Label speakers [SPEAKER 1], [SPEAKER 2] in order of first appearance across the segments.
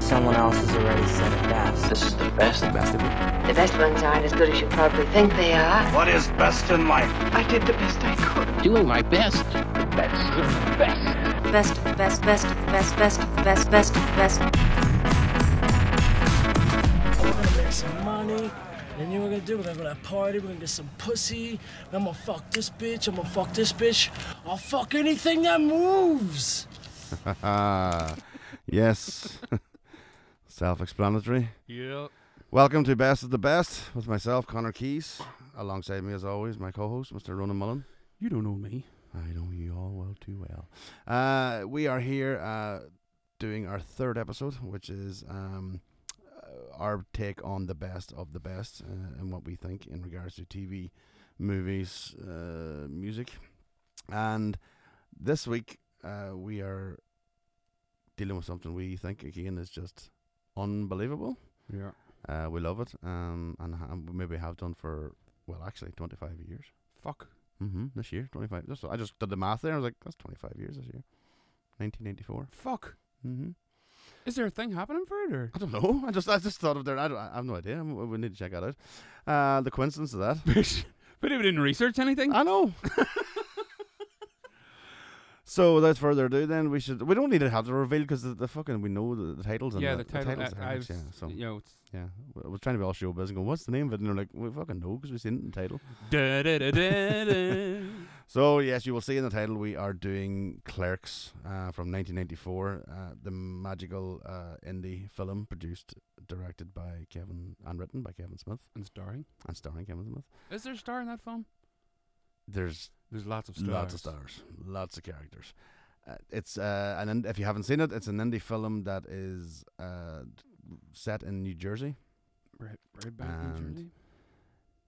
[SPEAKER 1] Someone else has already said it best.
[SPEAKER 2] This is the best. The best of it.
[SPEAKER 3] The best ones aren't as good as you probably think they are.
[SPEAKER 4] What is best in life?
[SPEAKER 3] I did the best I could.
[SPEAKER 2] Doing my best. The best. The best.
[SPEAKER 5] best of the best, best of the best, best of the best, best of the best.
[SPEAKER 6] We're gonna make some money. And you know what we're gonna do? We're gonna go to a party, we're gonna get some pussy. I'm gonna fuck this bitch, I'm gonna fuck this bitch. I'll fuck anything that moves.
[SPEAKER 7] Ah, yes. Self explanatory.
[SPEAKER 8] Yep.
[SPEAKER 7] Welcome to Best of the Best with myself, Connor Keys. Alongside me, as always, my co host, Mr. Ronan Mullen.
[SPEAKER 8] You don't know me.
[SPEAKER 7] I know you all well too well. Uh, we are here uh, doing our third episode, which is um, uh, our take on the best of the best uh, and what we think in regards to TV, movies, uh, music. And this week uh, we are dealing with something we think, again, is just unbelievable.
[SPEAKER 8] Yeah.
[SPEAKER 7] Uh, we love it, um, and ha- and we maybe have done for well, actually, twenty five years.
[SPEAKER 8] Fuck.
[SPEAKER 7] Mm-hmm. This year, twenty five. I just did the math there. I was like, that's twenty five years this year, nineteen ninety four.
[SPEAKER 8] Fuck.
[SPEAKER 7] Mm-hmm.
[SPEAKER 8] Is there a thing happening for it or?
[SPEAKER 7] I don't know. I just, I just thought of there. I, don't, I have no idea. We we need to check that out. Uh, the coincidence of that.
[SPEAKER 8] but if we didn't research anything.
[SPEAKER 7] I know. so without further ado, then we should. We don't need to have the reveal because the, the fucking we know the, the titles. And
[SPEAKER 8] yeah,
[SPEAKER 7] the,
[SPEAKER 8] the title.
[SPEAKER 7] titles.
[SPEAKER 8] I,
[SPEAKER 7] are
[SPEAKER 8] I've,
[SPEAKER 7] next, yeah, so
[SPEAKER 8] you know, it's
[SPEAKER 7] yeah, we- we're trying to be all showbiz and go, what's the name of it? And they're like, we fucking know because we've seen it in the title.
[SPEAKER 8] da, da, da, da, da.
[SPEAKER 7] So yes, you will see in the title we are doing Clerks uh, from 1994, uh, the magical uh, indie film produced, directed by Kevin and written by Kevin Smith
[SPEAKER 8] and starring.
[SPEAKER 7] and starring Kevin Smith.
[SPEAKER 8] Is there a star in that film?
[SPEAKER 7] There's
[SPEAKER 8] There's lots of stars.
[SPEAKER 7] lots of stars, lots of characters. Uh, it's uh, an ind- if you haven't seen it, it's an indie film that is uh, d- set in New Jersey.
[SPEAKER 8] Right, right back in
[SPEAKER 7] And-
[SPEAKER 8] Jersey.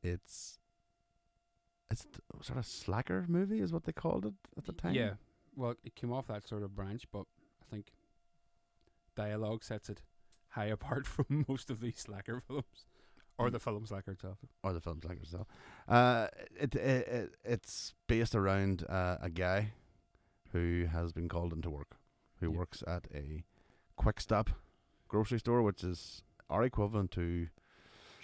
[SPEAKER 7] It's it's th- sort of slacker movie is what they called it at the time.
[SPEAKER 8] Yeah. Well, it came off that sort of branch, but I think dialogue sets it high apart from most of these slacker films, or
[SPEAKER 2] Mm.
[SPEAKER 8] the film slacker itself.
[SPEAKER 7] or the film's like itself. Uh, it, it, it it's based around uh, a guy who has been called into work, who
[SPEAKER 8] Yep.
[SPEAKER 7] works at a quick stop grocery store, which is our equivalent to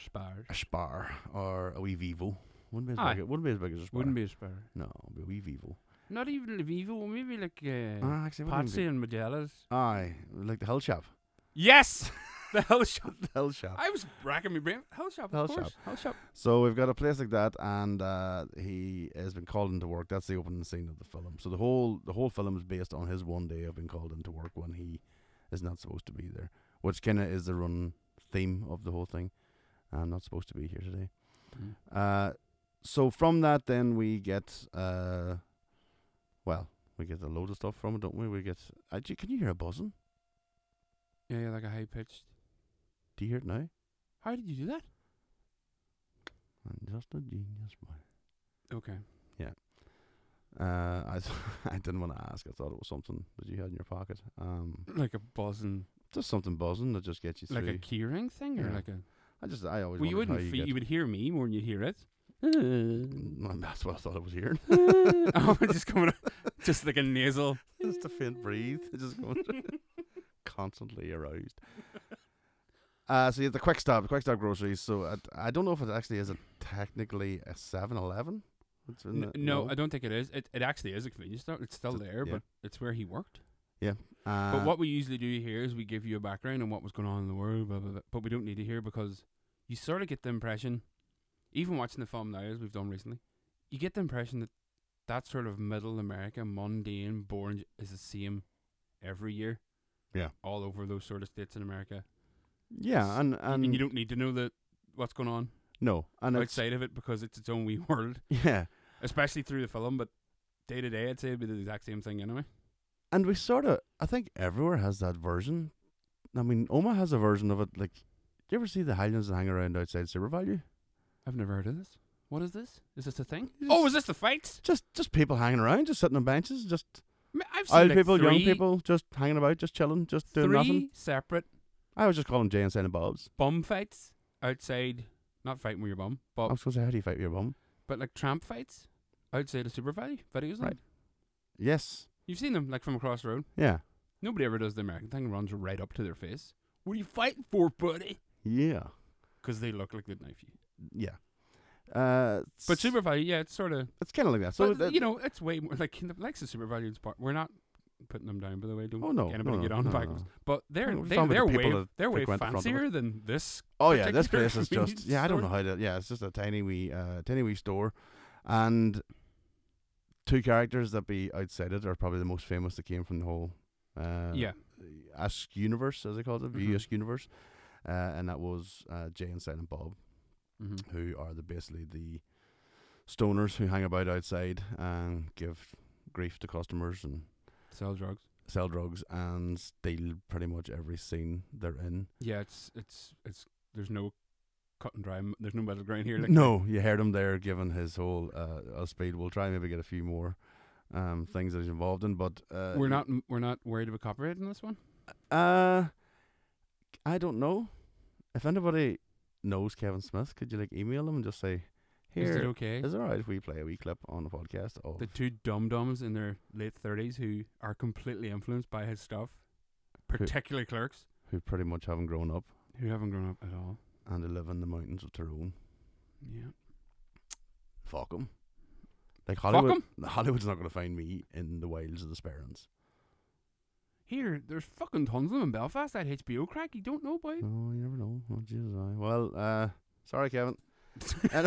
[SPEAKER 8] Spars.
[SPEAKER 7] a Spar or a wee Vivo. Wouldn't be as
[SPEAKER 8] Aye.
[SPEAKER 7] big. Wouldn't be as big as a Spar.
[SPEAKER 8] Wouldn't be a spar.
[SPEAKER 7] No, it'd be a wee Vivo.
[SPEAKER 8] Not even a Vivo, maybe like uh,
[SPEAKER 7] Ah, actually, it wouldn't
[SPEAKER 8] Patsy
[SPEAKER 7] be.
[SPEAKER 8] and Magellas.
[SPEAKER 7] Aye, like the Hell Shop.
[SPEAKER 8] Yes! the Hell Shop.
[SPEAKER 7] The Hell Shop.
[SPEAKER 8] I was racking my brain. Hell Shop, of
[SPEAKER 7] Hell
[SPEAKER 8] course.
[SPEAKER 7] Shop.
[SPEAKER 8] Hell Shop.
[SPEAKER 7] So we've got a place like that, and uh, he has been called into work. That's the opening scene of the film. So the whole the whole film is based on his one day of being called into work when he is not supposed to be there, which kind of is the run theme of the whole thing. I'm not supposed to be here today.
[SPEAKER 8] Mm.
[SPEAKER 7] Uh, so from that, then we get uh, well, we get a load of stuff from it, don't we? We get. Uh, do you- can you hear a buzzing?
[SPEAKER 8] Yeah, yeah, like a high pitched.
[SPEAKER 7] Do you hear it now?
[SPEAKER 8] How did you do that?
[SPEAKER 7] I'm just a genius boy.
[SPEAKER 8] Okay.
[SPEAKER 7] Uh, I I didn't want to ask. I thought it was something that you had in your pocket. Um,
[SPEAKER 8] Like a buzzing,
[SPEAKER 7] just something buzzing that just gets you
[SPEAKER 8] like
[SPEAKER 7] through.
[SPEAKER 8] a keyring thing, or
[SPEAKER 7] Yeah.
[SPEAKER 8] like a.
[SPEAKER 7] I just I always.
[SPEAKER 8] Well, you
[SPEAKER 7] wondered how
[SPEAKER 8] wouldn't. fe-
[SPEAKER 7] get-
[SPEAKER 8] you would hear me more than you'd hear it. oh,
[SPEAKER 7] Mm, that's what I thought I was hearing.
[SPEAKER 8] just coming, out, just like a nasal.
[SPEAKER 7] just a faint breathe. It's Just going constantly aroused. Uh, so you have the quick stop, quick stop groceries. So I, I don't know if it actually is a technically a 7-Eleven. It's in
[SPEAKER 8] N-
[SPEAKER 7] the-
[SPEAKER 8] no, uh, I don't think it is. It, it actually is a convenience store. It's still
[SPEAKER 7] It's a-
[SPEAKER 8] there,
[SPEAKER 7] yeah.
[SPEAKER 8] but it's where he worked.
[SPEAKER 7] Uh,
[SPEAKER 8] but what we usually do here is we give you a background on what was going on in the world, blah, blah, blah. but we don't need to hear because you sort of get the impression, even watching the film now as we've done recently, you get the impression that that sort of middle America, mundane, boring, is the same every year.
[SPEAKER 7] Yeah.
[SPEAKER 8] all over those sort of states in America,
[SPEAKER 7] Yeah, and and,
[SPEAKER 8] and, you don't need to know that what's going on
[SPEAKER 7] no, and it's,
[SPEAKER 8] outside of it because it's its own wee world,
[SPEAKER 7] yeah,
[SPEAKER 8] especially through the film. But day to day, I'd say it'd be the exact same thing anyway.
[SPEAKER 7] and we sort of I think everywhere has that version. I mean, Oma has a version of it. Like, do you ever see the Highlands that hang around outside Super Value?
[SPEAKER 8] I've never heard of this. What is this? Is this a thing?
[SPEAKER 7] Yes.
[SPEAKER 8] Oh, is this the fights?
[SPEAKER 7] Just just people hanging around, just sitting on benches, just
[SPEAKER 8] I mean, I've seen
[SPEAKER 7] old
[SPEAKER 8] like
[SPEAKER 7] people, young
[SPEAKER 8] three-
[SPEAKER 7] people, just hanging about, just chilling, just doing
[SPEAKER 8] three
[SPEAKER 7] nothing.
[SPEAKER 8] separate
[SPEAKER 7] I was just calling Jay and Silent Bob's.
[SPEAKER 8] bum fights outside, not fighting with your bum, but
[SPEAKER 7] I was going to say, how do you fight with your bum?
[SPEAKER 8] but like tramp fights outside of Super Value videos.
[SPEAKER 7] Right. Yes,
[SPEAKER 8] You've seen them like from across the road.
[SPEAKER 7] yeah,
[SPEAKER 8] Nobody ever does the American thing, runs right up to their face. What are you fighting for, buddy?
[SPEAKER 7] Yeah.
[SPEAKER 8] Because they look like they'd knife you.
[SPEAKER 7] Yeah. Uh,
[SPEAKER 8] But super value, yeah, it's sort of.
[SPEAKER 7] it's kind of like that.
[SPEAKER 8] So
[SPEAKER 7] So that-
[SPEAKER 8] you know, it's way more like in the Lexus super value's part. We're not putting them down, by the way. Don't
[SPEAKER 7] Oh, no,
[SPEAKER 8] get anybody
[SPEAKER 7] no,
[SPEAKER 8] get
[SPEAKER 7] no,
[SPEAKER 8] on
[SPEAKER 7] no,
[SPEAKER 8] back.
[SPEAKER 7] no.
[SPEAKER 8] But they're
[SPEAKER 7] No, we're
[SPEAKER 8] they,
[SPEAKER 7] talking
[SPEAKER 8] they're
[SPEAKER 7] about the people
[SPEAKER 8] way
[SPEAKER 7] that
[SPEAKER 8] they're way
[SPEAKER 7] frequent the front of
[SPEAKER 8] fancier than this.
[SPEAKER 7] Oh yeah, this
[SPEAKER 8] particular
[SPEAKER 7] place is just
[SPEAKER 8] convenience
[SPEAKER 7] yeah. I don't know
[SPEAKER 8] store.
[SPEAKER 7] how to yeah. It's just a tiny wee uh, tiny wee store, and two characters that be outside it are probably the most famous that came from the whole uh,
[SPEAKER 8] yeah,
[SPEAKER 7] Ask Universe as they called it,
[SPEAKER 8] Mhm.
[SPEAKER 7] the Ask Universe, uh, and that was uh, Jay and Silent Bob,
[SPEAKER 8] hmm
[SPEAKER 7] who are the basically the stoners who hang about outside and give grief to customers and
[SPEAKER 8] sell drugs.
[SPEAKER 7] sell drugs and steal pretty much every scene they're in.
[SPEAKER 8] Yeah, it's it's it's. There's no cut and dry. m- There's no middle ground here. Like,
[SPEAKER 7] No, you heard him there giving his whole uh, uh, speed. We'll try and maybe get a few more um, things that he's involved in, but uh,
[SPEAKER 8] we're not we're not worried about copyright in this one.
[SPEAKER 7] Uh, I don't know if anybody knows Kevin Smith. Could you like email him and just say,
[SPEAKER 8] Is it
[SPEAKER 7] "Here,
[SPEAKER 8] okay?
[SPEAKER 7] is it alright if we play a wee clip on the podcast?" Of
[SPEAKER 8] the two dum dums in their late thirties who are completely influenced by his stuff, particularly clerks
[SPEAKER 7] who pretty much haven't grown up
[SPEAKER 8] who haven't grown up at all.
[SPEAKER 7] and they live in the mountains of Tyrone.
[SPEAKER 8] Yeah,
[SPEAKER 7] Fuck 'em. Like
[SPEAKER 8] Fuck
[SPEAKER 7] Hollywood, Hollywood's not going to find me in the wilds of the Sperrins.
[SPEAKER 8] here there's fucking tons of them in Belfast. That HBO crack you don't know about.
[SPEAKER 7] No, you never know. Oh, Jesus, I. Well, uh, sorry, Kevin.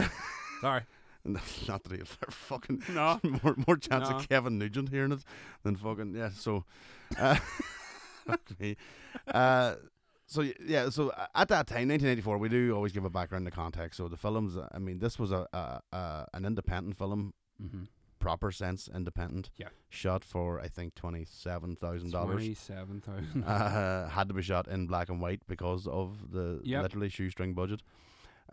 [SPEAKER 8] Sorry,
[SPEAKER 7] No, Not that he'll ever fucking
[SPEAKER 8] No.
[SPEAKER 7] more more chance
[SPEAKER 8] No.
[SPEAKER 7] of Kevin Nugent hearing it than fucking yeah. So, uh, fuck me. Uh, so y- yeah, so a- at that time, 1984, we do always give a background to context. So the films, uh, I mean, this was a, a, a an independent film,
[SPEAKER 8] mm-hmm.
[SPEAKER 7] proper sense independent.
[SPEAKER 8] Yeah.
[SPEAKER 7] Shot for I think twenty seven thousand dollars.
[SPEAKER 8] twenty-seven thousand.
[SPEAKER 7] Uh, had to be shot in black and white because of the
[SPEAKER 8] Yep.
[SPEAKER 7] literally shoestring budget.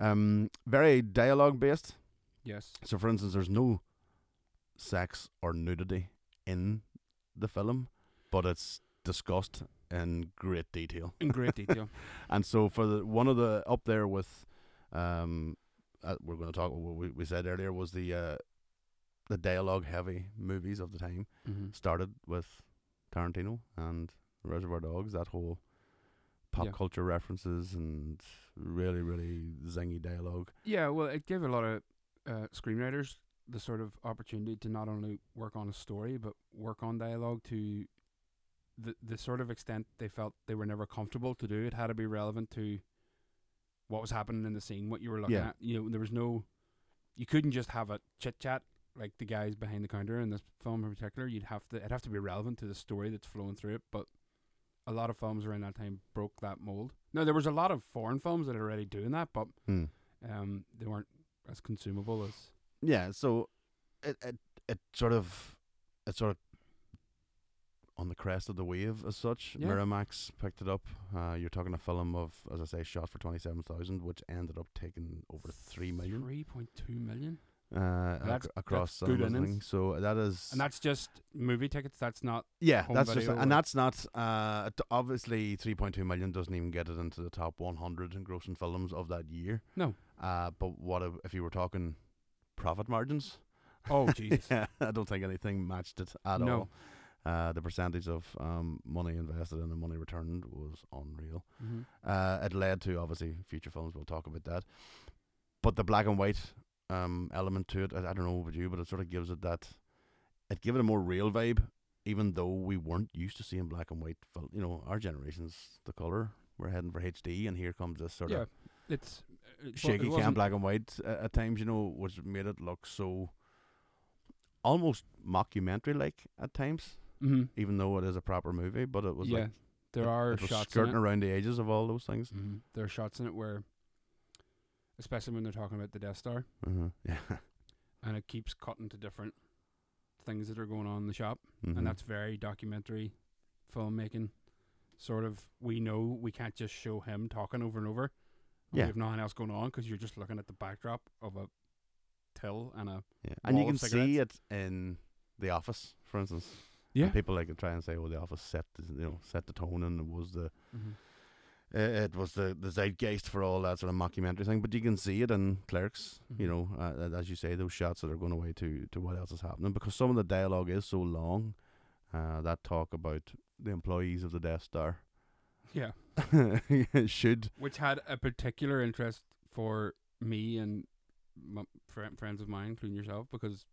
[SPEAKER 7] Um, very dialogue based.
[SPEAKER 8] yes,
[SPEAKER 7] So, for instance, there's no sex or nudity in the film, but it's discussed in great detail.
[SPEAKER 8] in great detail.
[SPEAKER 7] And so, for the one of the up there with, um, uh, we're going to talk. What we, we said earlier was the uh, the dialogue heavy movies of the time
[SPEAKER 8] mm-hmm.
[SPEAKER 7] started with Tarantino and Reservoir Dogs. That whole pop
[SPEAKER 8] Yeah.
[SPEAKER 7] culture references and really really zingy dialogue.
[SPEAKER 8] Yeah, well, it gave a lot of uh, screenwriters the sort of opportunity to not only work on a story but work on dialogue to the the sort of extent they felt they were never comfortable to do. It had to be relevant to what was happening in the scene, what you were looking
[SPEAKER 7] Yeah.
[SPEAKER 8] at. You know, there was no, you couldn't just have a chit chat like the guys behind the counter in this film in particular. You'd have to, it'd have to be relevant to the story that's flowing through it. But a lot of films around that time broke that mold. Now there was a lot of foreign films that are already doing that, but
[SPEAKER 7] Hmm.
[SPEAKER 8] um, they weren't as consumable as
[SPEAKER 7] yeah so it, it it sort of it sort of on the crest of the wave as such
[SPEAKER 8] Yeah.
[SPEAKER 7] miramax picked it up uh, you're talking a film of as i say shot for 27000 which ended up taking over 3 million
[SPEAKER 8] Three point two million,
[SPEAKER 7] uh,
[SPEAKER 8] That's-
[SPEAKER 7] ac- across
[SPEAKER 8] that's good
[SPEAKER 7] cinemas and
[SPEAKER 8] innings.
[SPEAKER 7] things. so that is
[SPEAKER 8] and that's just movie tickets. That's not
[SPEAKER 7] yeah
[SPEAKER 8] home
[SPEAKER 7] that's just
[SPEAKER 8] video
[SPEAKER 7] and
[SPEAKER 8] or-
[SPEAKER 7] that's not uh, t- obviously 3.2 million doesn't even get it into the top 100 in grossing films of that year
[SPEAKER 8] No.
[SPEAKER 7] uh, but what if- if you were talking profit margins
[SPEAKER 8] oh Jesus,
[SPEAKER 7] yeah, I don't think anything matched it at
[SPEAKER 8] No.
[SPEAKER 7] all. Uh, the percentage of um, money invested and the money returned was unreal.
[SPEAKER 8] Mhm.
[SPEAKER 7] Uh, it led to obviously future films. We'll talk about that, but the black and white um, element to it, I, I don't know about you, but it sort of gives it that. It gave it a more real vibe, even though we weren't used to seeing black and white. Fil- you know, our generation's the color. We're heading for HD, and here comes this sort
[SPEAKER 8] yeah,
[SPEAKER 7] of
[SPEAKER 8] it's uh, it,
[SPEAKER 7] shaky cam
[SPEAKER 8] wasn't-
[SPEAKER 7] black and white uh, at times, you know, which made it look so almost mockumentary like at times,
[SPEAKER 8] Mhm.
[SPEAKER 7] even though it is a proper movie. But it was
[SPEAKER 8] yeah,
[SPEAKER 7] like
[SPEAKER 8] there
[SPEAKER 7] it-
[SPEAKER 8] are
[SPEAKER 7] it was
[SPEAKER 8] shots. in
[SPEAKER 7] skirting
[SPEAKER 8] it.
[SPEAKER 7] around the edges of all those things.
[SPEAKER 8] Mhm. There are shots in it where, especially when they're talking about the Death Star,
[SPEAKER 7] Uh-huh. Yeah,
[SPEAKER 8] and it keeps cutting to different things that are going on in the shop.
[SPEAKER 7] Mhm.
[SPEAKER 8] and that's very documentary filmmaking. Sort of, we know we can't just show him talking over and over. and
[SPEAKER 7] Yeah.
[SPEAKER 8] we have nothing else going on because you're just looking at the backdrop of a till and a
[SPEAKER 7] yeah. and you
[SPEAKER 8] wall
[SPEAKER 7] can
[SPEAKER 8] of
[SPEAKER 7] see it in The Office, for instance. And
[SPEAKER 8] yeah.
[SPEAKER 7] people like to try and say, "Well, The Office set the, you know set the tone and it was the
[SPEAKER 8] Mm-hmm.
[SPEAKER 7] i- Uh, it was the, the zeitgeist for all that sort of mockumentary thing, but you can see it in Clerks, you
[SPEAKER 8] Mhm.
[SPEAKER 7] know, uh, a- as you say, those shots that are going away to, to what else is happening because some of the dialogue is so long. Uh, that talk about the employees of the Death Star
[SPEAKER 8] Yeah.
[SPEAKER 7] should
[SPEAKER 8] Which had a particular interest for me and my fri friends of mine, including yourself, because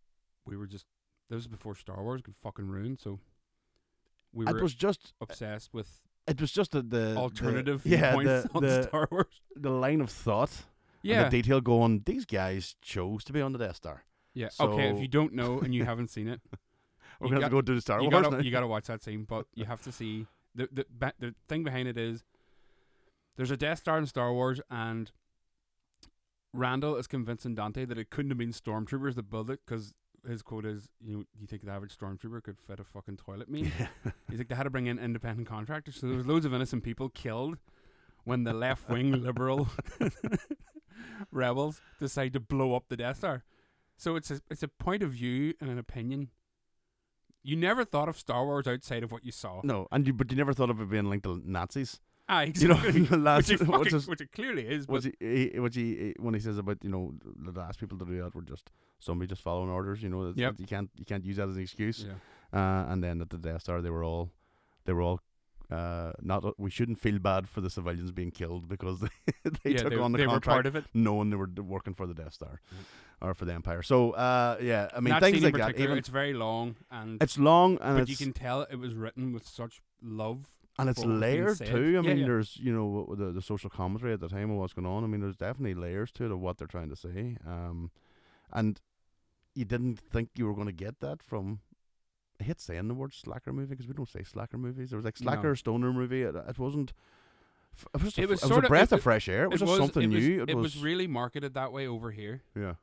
[SPEAKER 8] we were just. This was before Star Wars could fucking ruin, so we were
[SPEAKER 7] it was just
[SPEAKER 8] obsessed with
[SPEAKER 7] it was just the, the
[SPEAKER 8] alternative
[SPEAKER 7] the, yeah
[SPEAKER 8] viewpoints
[SPEAKER 7] the,
[SPEAKER 8] on
[SPEAKER 7] the,
[SPEAKER 8] Star Wars.
[SPEAKER 7] the line of thought
[SPEAKER 8] Yeah.
[SPEAKER 7] and the detail going these guys chose to be on the Death Star
[SPEAKER 8] yeah. okay, if
[SPEAKER 7] so-
[SPEAKER 8] you don't know and you haven't seen it,
[SPEAKER 7] we're
[SPEAKER 8] You
[SPEAKER 7] gonna have to
[SPEAKER 8] got-
[SPEAKER 7] go do the Star
[SPEAKER 8] you
[SPEAKER 7] Wars now.
[SPEAKER 8] gotta you gotta watch that scene, but you have to see the the ba- the thing behind it is there's a Death Star in Star Wars, and Randall is convincing Dante that it couldn't have been stormtroopers that built it because his quote is, "You know, you think the average stormtrooper could fit a fucking toilet meal?" He's like, they had to bring in independent contractors, so there was loads of innocent people killed when the left wing liberal rebels decide to blow up the Death Star. So it's a it's a point of view and an opinion. You never thought of Star Wars outside of what you saw.
[SPEAKER 7] no and you but you never thought of it being linked to Nazis
[SPEAKER 8] Ah,
[SPEAKER 7] you know,
[SPEAKER 8] exactly.
[SPEAKER 7] the last-
[SPEAKER 8] which, it
[SPEAKER 7] what's
[SPEAKER 8] fucking,
[SPEAKER 7] his-
[SPEAKER 8] which it clearly is. But
[SPEAKER 7] which he, he- which he he- when he says about you know the last people to do that were just somebody just following orders you know that's-
[SPEAKER 8] Yep.
[SPEAKER 7] you can't you can't use that as an excuse
[SPEAKER 8] yeah.
[SPEAKER 7] uh, and then at the Death Star they were all they were all uh, not we shouldn't feel bad for the civilians being killed because they, they
[SPEAKER 8] yeah,
[SPEAKER 7] took
[SPEAKER 8] they,
[SPEAKER 7] on the
[SPEAKER 8] they were
[SPEAKER 7] contract
[SPEAKER 8] part of it.
[SPEAKER 7] knowing they were d- working for the Death Star or for the Empire. So uh, yeah, I mean things
[SPEAKER 8] scene in
[SPEAKER 7] like that.
[SPEAKER 8] particular,
[SPEAKER 7] Even,
[SPEAKER 8] it's
[SPEAKER 7] it's,
[SPEAKER 8] very long and
[SPEAKER 7] long and
[SPEAKER 8] but
[SPEAKER 7] it's
[SPEAKER 8] you can tell it was written with such love.
[SPEAKER 7] and it's
[SPEAKER 8] what was being
[SPEAKER 7] layered
[SPEAKER 8] said.
[SPEAKER 7] too.
[SPEAKER 8] Yeah,
[SPEAKER 7] I mean,
[SPEAKER 8] yeah.
[SPEAKER 7] there's you know w- the the social commentary at the time of what's going on. I mean, there's definitely layers to it of what they're trying to say. Um, and you didn't think you were going to get that from. I hate saying the word slacker movie because we don't say slacker movies. There was like
[SPEAKER 8] No.
[SPEAKER 7] slacker stoner movie. It, it wasn't. f- It was, just a
[SPEAKER 8] It
[SPEAKER 7] f-
[SPEAKER 8] was
[SPEAKER 7] it was
[SPEAKER 8] sorta-
[SPEAKER 7] a
[SPEAKER 8] it
[SPEAKER 7] breath
[SPEAKER 8] wa-
[SPEAKER 7] of fresh air. It was, just something
[SPEAKER 8] it was,
[SPEAKER 7] new.
[SPEAKER 8] It, was, really marketed that way over here.
[SPEAKER 7] yeah.
[SPEAKER 8] Um,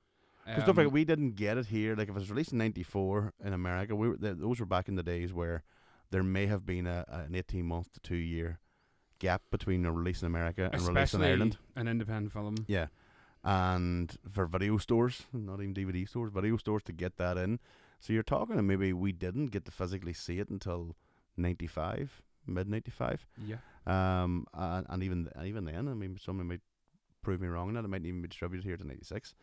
[SPEAKER 7] Because don't forget, we didn't get it here. Like if it was released in '94 in America, we were, th- those were back in the days where there may have been a, a- an 18 month to two year gap between a release in America and a release in
[SPEAKER 8] especially
[SPEAKER 7] Ireland.
[SPEAKER 8] an independent film.
[SPEAKER 7] Yeah, and for video stores, not even DVD stores, video stores to get that in. So you're talking, and maybe we didn't get to physically see it until '95, mid '95.
[SPEAKER 8] Yeah.
[SPEAKER 7] Um, and, and even th- even then, I mean, someone might prove me wrong on that. It might even be distributed here to '96.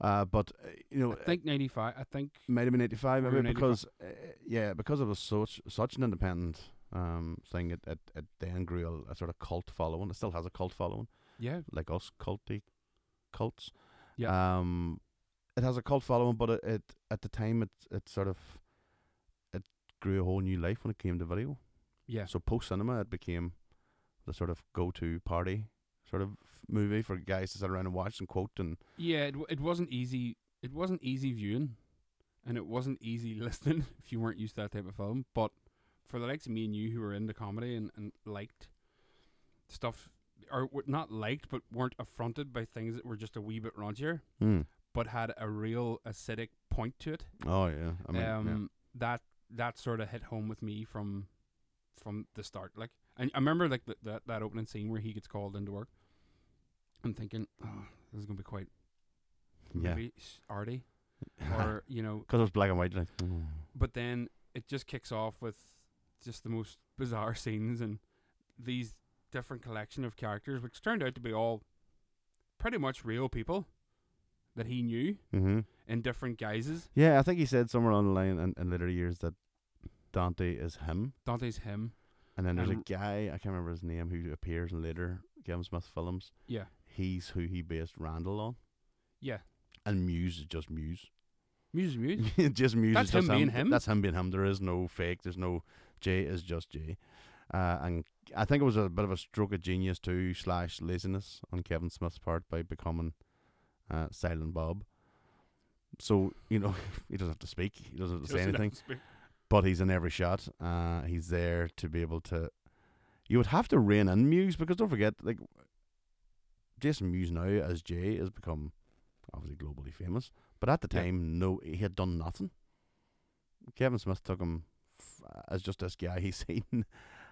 [SPEAKER 7] Uh, but uh, you know,
[SPEAKER 8] I think 95. I think
[SPEAKER 7] might have been 85 I
[SPEAKER 8] Might have
[SPEAKER 7] mean,
[SPEAKER 8] been
[SPEAKER 7] because uh, yeah because it was such such an independent um thing it, it, it then grew a, a sort of cult following it still has a cult following
[SPEAKER 8] yeah.
[SPEAKER 7] like us culty cults
[SPEAKER 8] Yeah.
[SPEAKER 7] um it has a cult following but it, it at the time it it sort of it grew a whole new life when it came to video
[SPEAKER 8] Yeah.
[SPEAKER 7] so post cinema it became the sort of go-to party sort of movie for guys to sit around and watch and quote and
[SPEAKER 8] Yeah, it, w- it wasn't easy. It wasn't easy viewing, and it wasn't easy listening if you weren't used to that type of film. But for the likes of me and you who were into comedy and, and liked stuff, or w- not liked, but weren't affronted by things that were just a wee bit raunchier,
[SPEAKER 7] Hmm.
[SPEAKER 8] but had a real acidic point to it.
[SPEAKER 7] oh yeah i mean yeah.
[SPEAKER 8] um, that that sort of hit home with me from from the start. Like, and I remember like the, that that opening scene where he gets called into work. I'm thinking, oh, this is gonna be quite
[SPEAKER 7] yeah,
[SPEAKER 8] maybe s- arty or you know
[SPEAKER 7] Because it was black and white, like "Mm."
[SPEAKER 8] but then it just kicks off with just the most bizarre scenes and these different collection of characters which turned out to be all pretty much real people that he knew
[SPEAKER 7] Mm-hmm.
[SPEAKER 8] in different guises
[SPEAKER 7] Yeah, I think he said somewhere on the line in, in later years that Dante is him,
[SPEAKER 8] dante's him
[SPEAKER 7] and then there's
[SPEAKER 8] Um,
[SPEAKER 7] a guy I can't remember his name who appears in later Kevin Smith films.
[SPEAKER 8] yeah
[SPEAKER 7] He's who he based Randall on,
[SPEAKER 8] yeah
[SPEAKER 7] and Muse is just Muse.
[SPEAKER 8] muse muse
[SPEAKER 7] just Muse.
[SPEAKER 8] That's
[SPEAKER 7] is just
[SPEAKER 8] him being him?
[SPEAKER 7] That's him being him. There is no fake. There's no Jay is just Jay. Uh, and I think it was a bit of a stroke of genius too slash laziness on Kevin Smith's part by becoming uh, Silent Bob. So you know he doesn't have to speak. He doesn't have to say anything. but he's in every shot. Uh, he's there to be able to. You would have to rein in Muse because don't forget, like Jason Muse now as Jay has become obviously globally famous, but at the
[SPEAKER 8] Yeah.
[SPEAKER 7] time, no, he had done nothing. Kevin Smith took him f- as just this guy he's seen,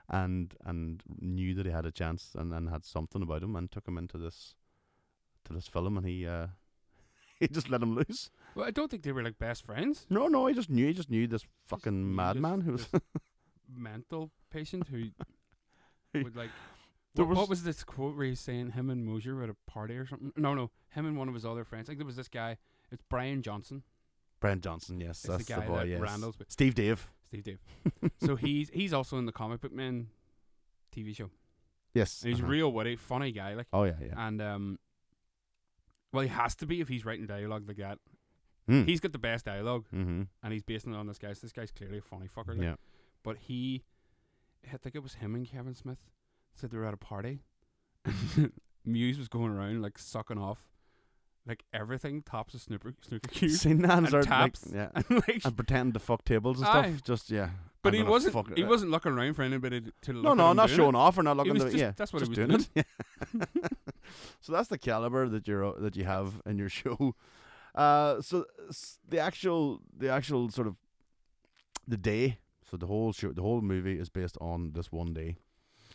[SPEAKER 7] and and knew that he had a chance and, and had something about him, and took him into this to this film, and he uh, he just let him loose.
[SPEAKER 8] well i don't think they were like best friends
[SPEAKER 7] No, no, he just knew, he just knew this
[SPEAKER 8] knew
[SPEAKER 7] fucking
[SPEAKER 8] this-
[SPEAKER 7] madman who was.
[SPEAKER 8] this mental patient who would like.
[SPEAKER 7] There
[SPEAKER 8] what, what
[SPEAKER 7] was-
[SPEAKER 8] was this quote where he's saying him and Mosier were at a party or something? No, no, him and one of his other friends. Like there was this guy. It's Brian Johnson,
[SPEAKER 7] Brent Johnson, yes,
[SPEAKER 8] It's the
[SPEAKER 7] that's the,
[SPEAKER 8] guy
[SPEAKER 7] boy.
[SPEAKER 8] that
[SPEAKER 7] yes,
[SPEAKER 8] Randall's with.
[SPEAKER 7] Steve Dave.
[SPEAKER 8] Steve Dave. so he's he's also in the comic book man TV show.
[SPEAKER 7] Yes.
[SPEAKER 8] And he's
[SPEAKER 7] uh-huh.
[SPEAKER 8] real witty, funny guy, like,
[SPEAKER 7] Oh yeah, yeah.
[SPEAKER 8] and um, well, he has to be if he's writing dialogue like that.
[SPEAKER 7] Mm.
[SPEAKER 8] He's got the best dialogue,
[SPEAKER 7] hmm
[SPEAKER 8] and he's basing it on this guy. So this guy's clearly a funny fucker. Like,
[SPEAKER 7] Yeah.
[SPEAKER 8] but he, I think it was him and Kevin Smith, said they were at a party. Muse was going around like sucking off, like everything tops of snooker snooker cubes
[SPEAKER 7] Seen that and
[SPEAKER 8] and
[SPEAKER 7] started, like,
[SPEAKER 8] taps,
[SPEAKER 7] yeah,
[SPEAKER 8] and like.
[SPEAKER 7] and pretending to fuck tables and
[SPEAKER 8] Aye.
[SPEAKER 7] stuff. Just yeah.
[SPEAKER 8] but
[SPEAKER 7] I'm
[SPEAKER 8] he
[SPEAKER 7] gonna
[SPEAKER 8] wasn't.
[SPEAKER 7] fuck it.
[SPEAKER 8] He wasn't looking around for anybody to- to look.
[SPEAKER 7] No,
[SPEAKER 8] at
[SPEAKER 7] no,
[SPEAKER 8] him
[SPEAKER 7] not
[SPEAKER 8] doing
[SPEAKER 7] showing
[SPEAKER 8] it.
[SPEAKER 7] off or not
[SPEAKER 8] He
[SPEAKER 7] looking.
[SPEAKER 8] was
[SPEAKER 7] to,
[SPEAKER 8] just-
[SPEAKER 7] yeah,
[SPEAKER 8] that's what he
[SPEAKER 7] just
[SPEAKER 8] was
[SPEAKER 7] doing. It. so that's the caliber that you're uh, that you have in your show. Uh, so s- the actual the actual sort of the day. So the whole show, the whole movie is based on this one day.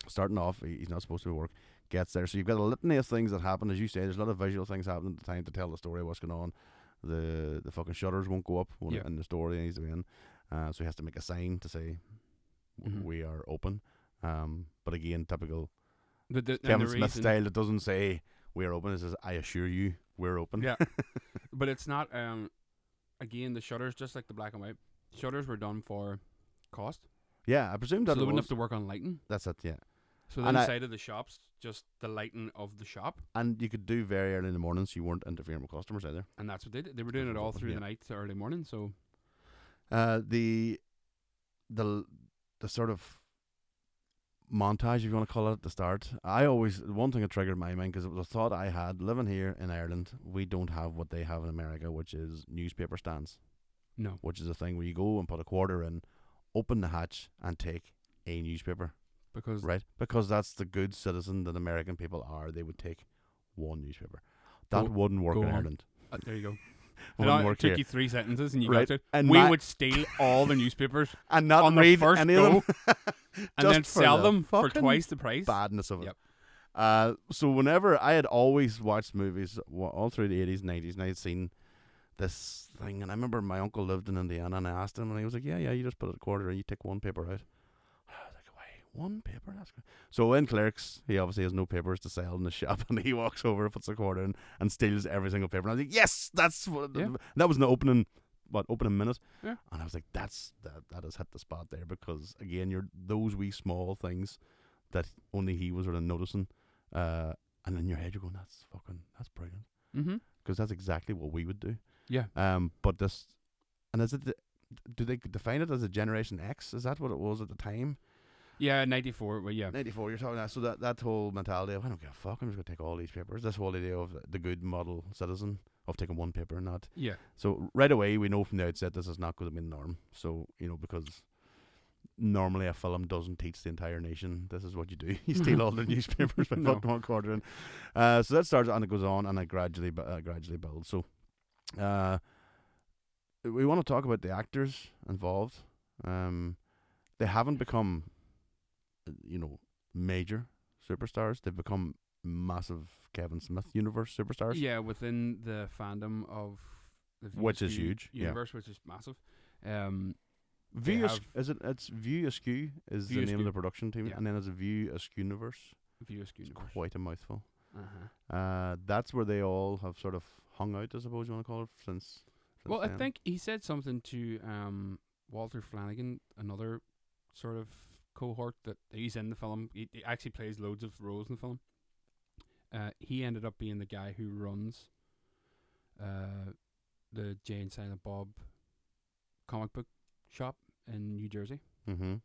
[SPEAKER 7] Starting off, he- he's not supposed to be at work. Gets there, so you've got a litany of things that happen. As you say, there's a lot of visual things happening at the time to tell the story of what's going on. The the fucking shutters won't go up when
[SPEAKER 8] Yeah.
[SPEAKER 7] in the story he's in, uh, so he has to make a sign to say w
[SPEAKER 8] Mhm.
[SPEAKER 7] we are open. Um, but again, typical
[SPEAKER 8] The, the, and
[SPEAKER 7] Kevin
[SPEAKER 8] the
[SPEAKER 7] Smith
[SPEAKER 8] reason-
[SPEAKER 7] style. It doesn't say we're open. It says I assure you we're open.
[SPEAKER 8] Yeah. But it's not. Um, again, the shutters, just like the black and white shutters, were done for cost.
[SPEAKER 7] yeah. I presume
[SPEAKER 8] So
[SPEAKER 7] that
[SPEAKER 8] they
[SPEAKER 7] it
[SPEAKER 8] wouldn't
[SPEAKER 7] was-
[SPEAKER 8] have to work on lighting.
[SPEAKER 7] that's it. Yeah,
[SPEAKER 8] So the
[SPEAKER 7] And I-
[SPEAKER 8] inside of the shops, just the lighting of the shop,
[SPEAKER 7] and you could do very early in the morning, so you weren't interfering with customers either.
[SPEAKER 8] and that's what they did. They were doing it
[SPEAKER 7] That's
[SPEAKER 8] all
[SPEAKER 7] open,
[SPEAKER 8] through
[SPEAKER 7] yeah.
[SPEAKER 8] the night to early morning. So
[SPEAKER 7] Uh, the the the sort of montage, if you want to call it, at the start. I always one thing that triggered my mind because it was a thought I had living here in Ireland. We don't have what they have in America, which is newspaper stands.
[SPEAKER 8] no,
[SPEAKER 7] which is a thing where you go and put a quarter in, open the hatch, and take a newspaper,
[SPEAKER 8] because
[SPEAKER 7] right? Because that's the good citizen that American people are. They would take one newspaper. That
[SPEAKER 8] Go-
[SPEAKER 7] wouldn't work
[SPEAKER 8] go
[SPEAKER 7] in
[SPEAKER 8] on.
[SPEAKER 7] Ireland.
[SPEAKER 8] uh, there you go. And
[SPEAKER 7] Wouldn't
[SPEAKER 8] I- it
[SPEAKER 7] work
[SPEAKER 8] took
[SPEAKER 7] here.
[SPEAKER 8] you three sentences, and you
[SPEAKER 7] Right.
[SPEAKER 8] got it.
[SPEAKER 7] And
[SPEAKER 8] we
[SPEAKER 7] my-
[SPEAKER 8] would steal all the newspapers
[SPEAKER 7] And not
[SPEAKER 8] on the
[SPEAKER 7] read
[SPEAKER 8] first
[SPEAKER 7] any of them.
[SPEAKER 8] and then
[SPEAKER 7] Just for
[SPEAKER 8] sell
[SPEAKER 7] the
[SPEAKER 8] them for
[SPEAKER 7] fucking
[SPEAKER 8] twice the price.
[SPEAKER 7] Badness of it.
[SPEAKER 8] Yep.
[SPEAKER 7] Uh, so whenever I had always watched movies wa- all through the eighties, nineties, and I'd seen this thing, and I remember my uncle lived in Indiana, and I asked him, and he was like, "Yeah, yeah, you just put a quarter and you take one paper out." I was like, "Wait, one paper? That's good." So in Clerks, he obviously has no papers to sell in the shop, and he walks over, puts a quarter in, and steals every single paper. And I was like, "Yes, that's what."
[SPEAKER 8] Yeah.
[SPEAKER 7] and That was in the opening, what opening minute?
[SPEAKER 8] Yeah.
[SPEAKER 7] And I was like, "That's that that has hit the spot there because again, you're those wee small things that only he was sort of noticing." Uh, and in your head, you're going, "That's fucking, that's brilliant,"
[SPEAKER 8] Mm-hmm.
[SPEAKER 7] because that's exactly what we would do.
[SPEAKER 8] Yeah.
[SPEAKER 7] Um, but this, and is it? The, do they define it as a Generation X? Is that what it was at the time?
[SPEAKER 8] Yeah, ninety four. Well, yeah,
[SPEAKER 7] Ninety four. You're talking that. So that that whole mentality of I don't give a fuck. I'm just gonna take all these papers. This whole idea of the good model citizen of taking one paper and not.
[SPEAKER 8] yeah.
[SPEAKER 7] So right away we know from the outset this is not going to be the norm. So you know because normally a film doesn't teach the entire nation this is what you do. You steal all the newspapers by
[SPEAKER 8] No.
[SPEAKER 7] putting one quarter in. Uh, so that starts and it goes on and it gradually bu- uh, gradually builds. So uh, we want to talk about the actors involved. Um, they haven't become, uh, you know, major superstars. They've become massive Kevin Smith universe superstars.
[SPEAKER 8] Yeah, within the fandom of the
[SPEAKER 7] Which
[SPEAKER 8] VSQ
[SPEAKER 7] is huge, yeah.
[SPEAKER 8] universe, which is massive. Um, They
[SPEAKER 7] View Asc-
[SPEAKER 8] have-
[SPEAKER 7] is it? It's View Askew is
[SPEAKER 8] View
[SPEAKER 7] the name of the
[SPEAKER 8] Askew.
[SPEAKER 7] production team,
[SPEAKER 8] Yeah.
[SPEAKER 7] and then it's View Askewniverse.
[SPEAKER 8] VSQ
[SPEAKER 7] It's
[SPEAKER 8] universe.
[SPEAKER 7] quite a mouthful.
[SPEAKER 8] Uh-huh.
[SPEAKER 7] Uh, that's where they all have sort of hung out, I suppose you want to call it, since. since
[SPEAKER 8] Well, I
[SPEAKER 7] then.
[SPEAKER 8] think he said something to um, Walter Flanagan, another sort of cohort that he's in the film. He, he actually plays loads of roles in the film. Uh, he ended up being the guy who runs uh, the Jay and Silent Bob comic book shop in New Jersey.
[SPEAKER 7] Mm-hmm.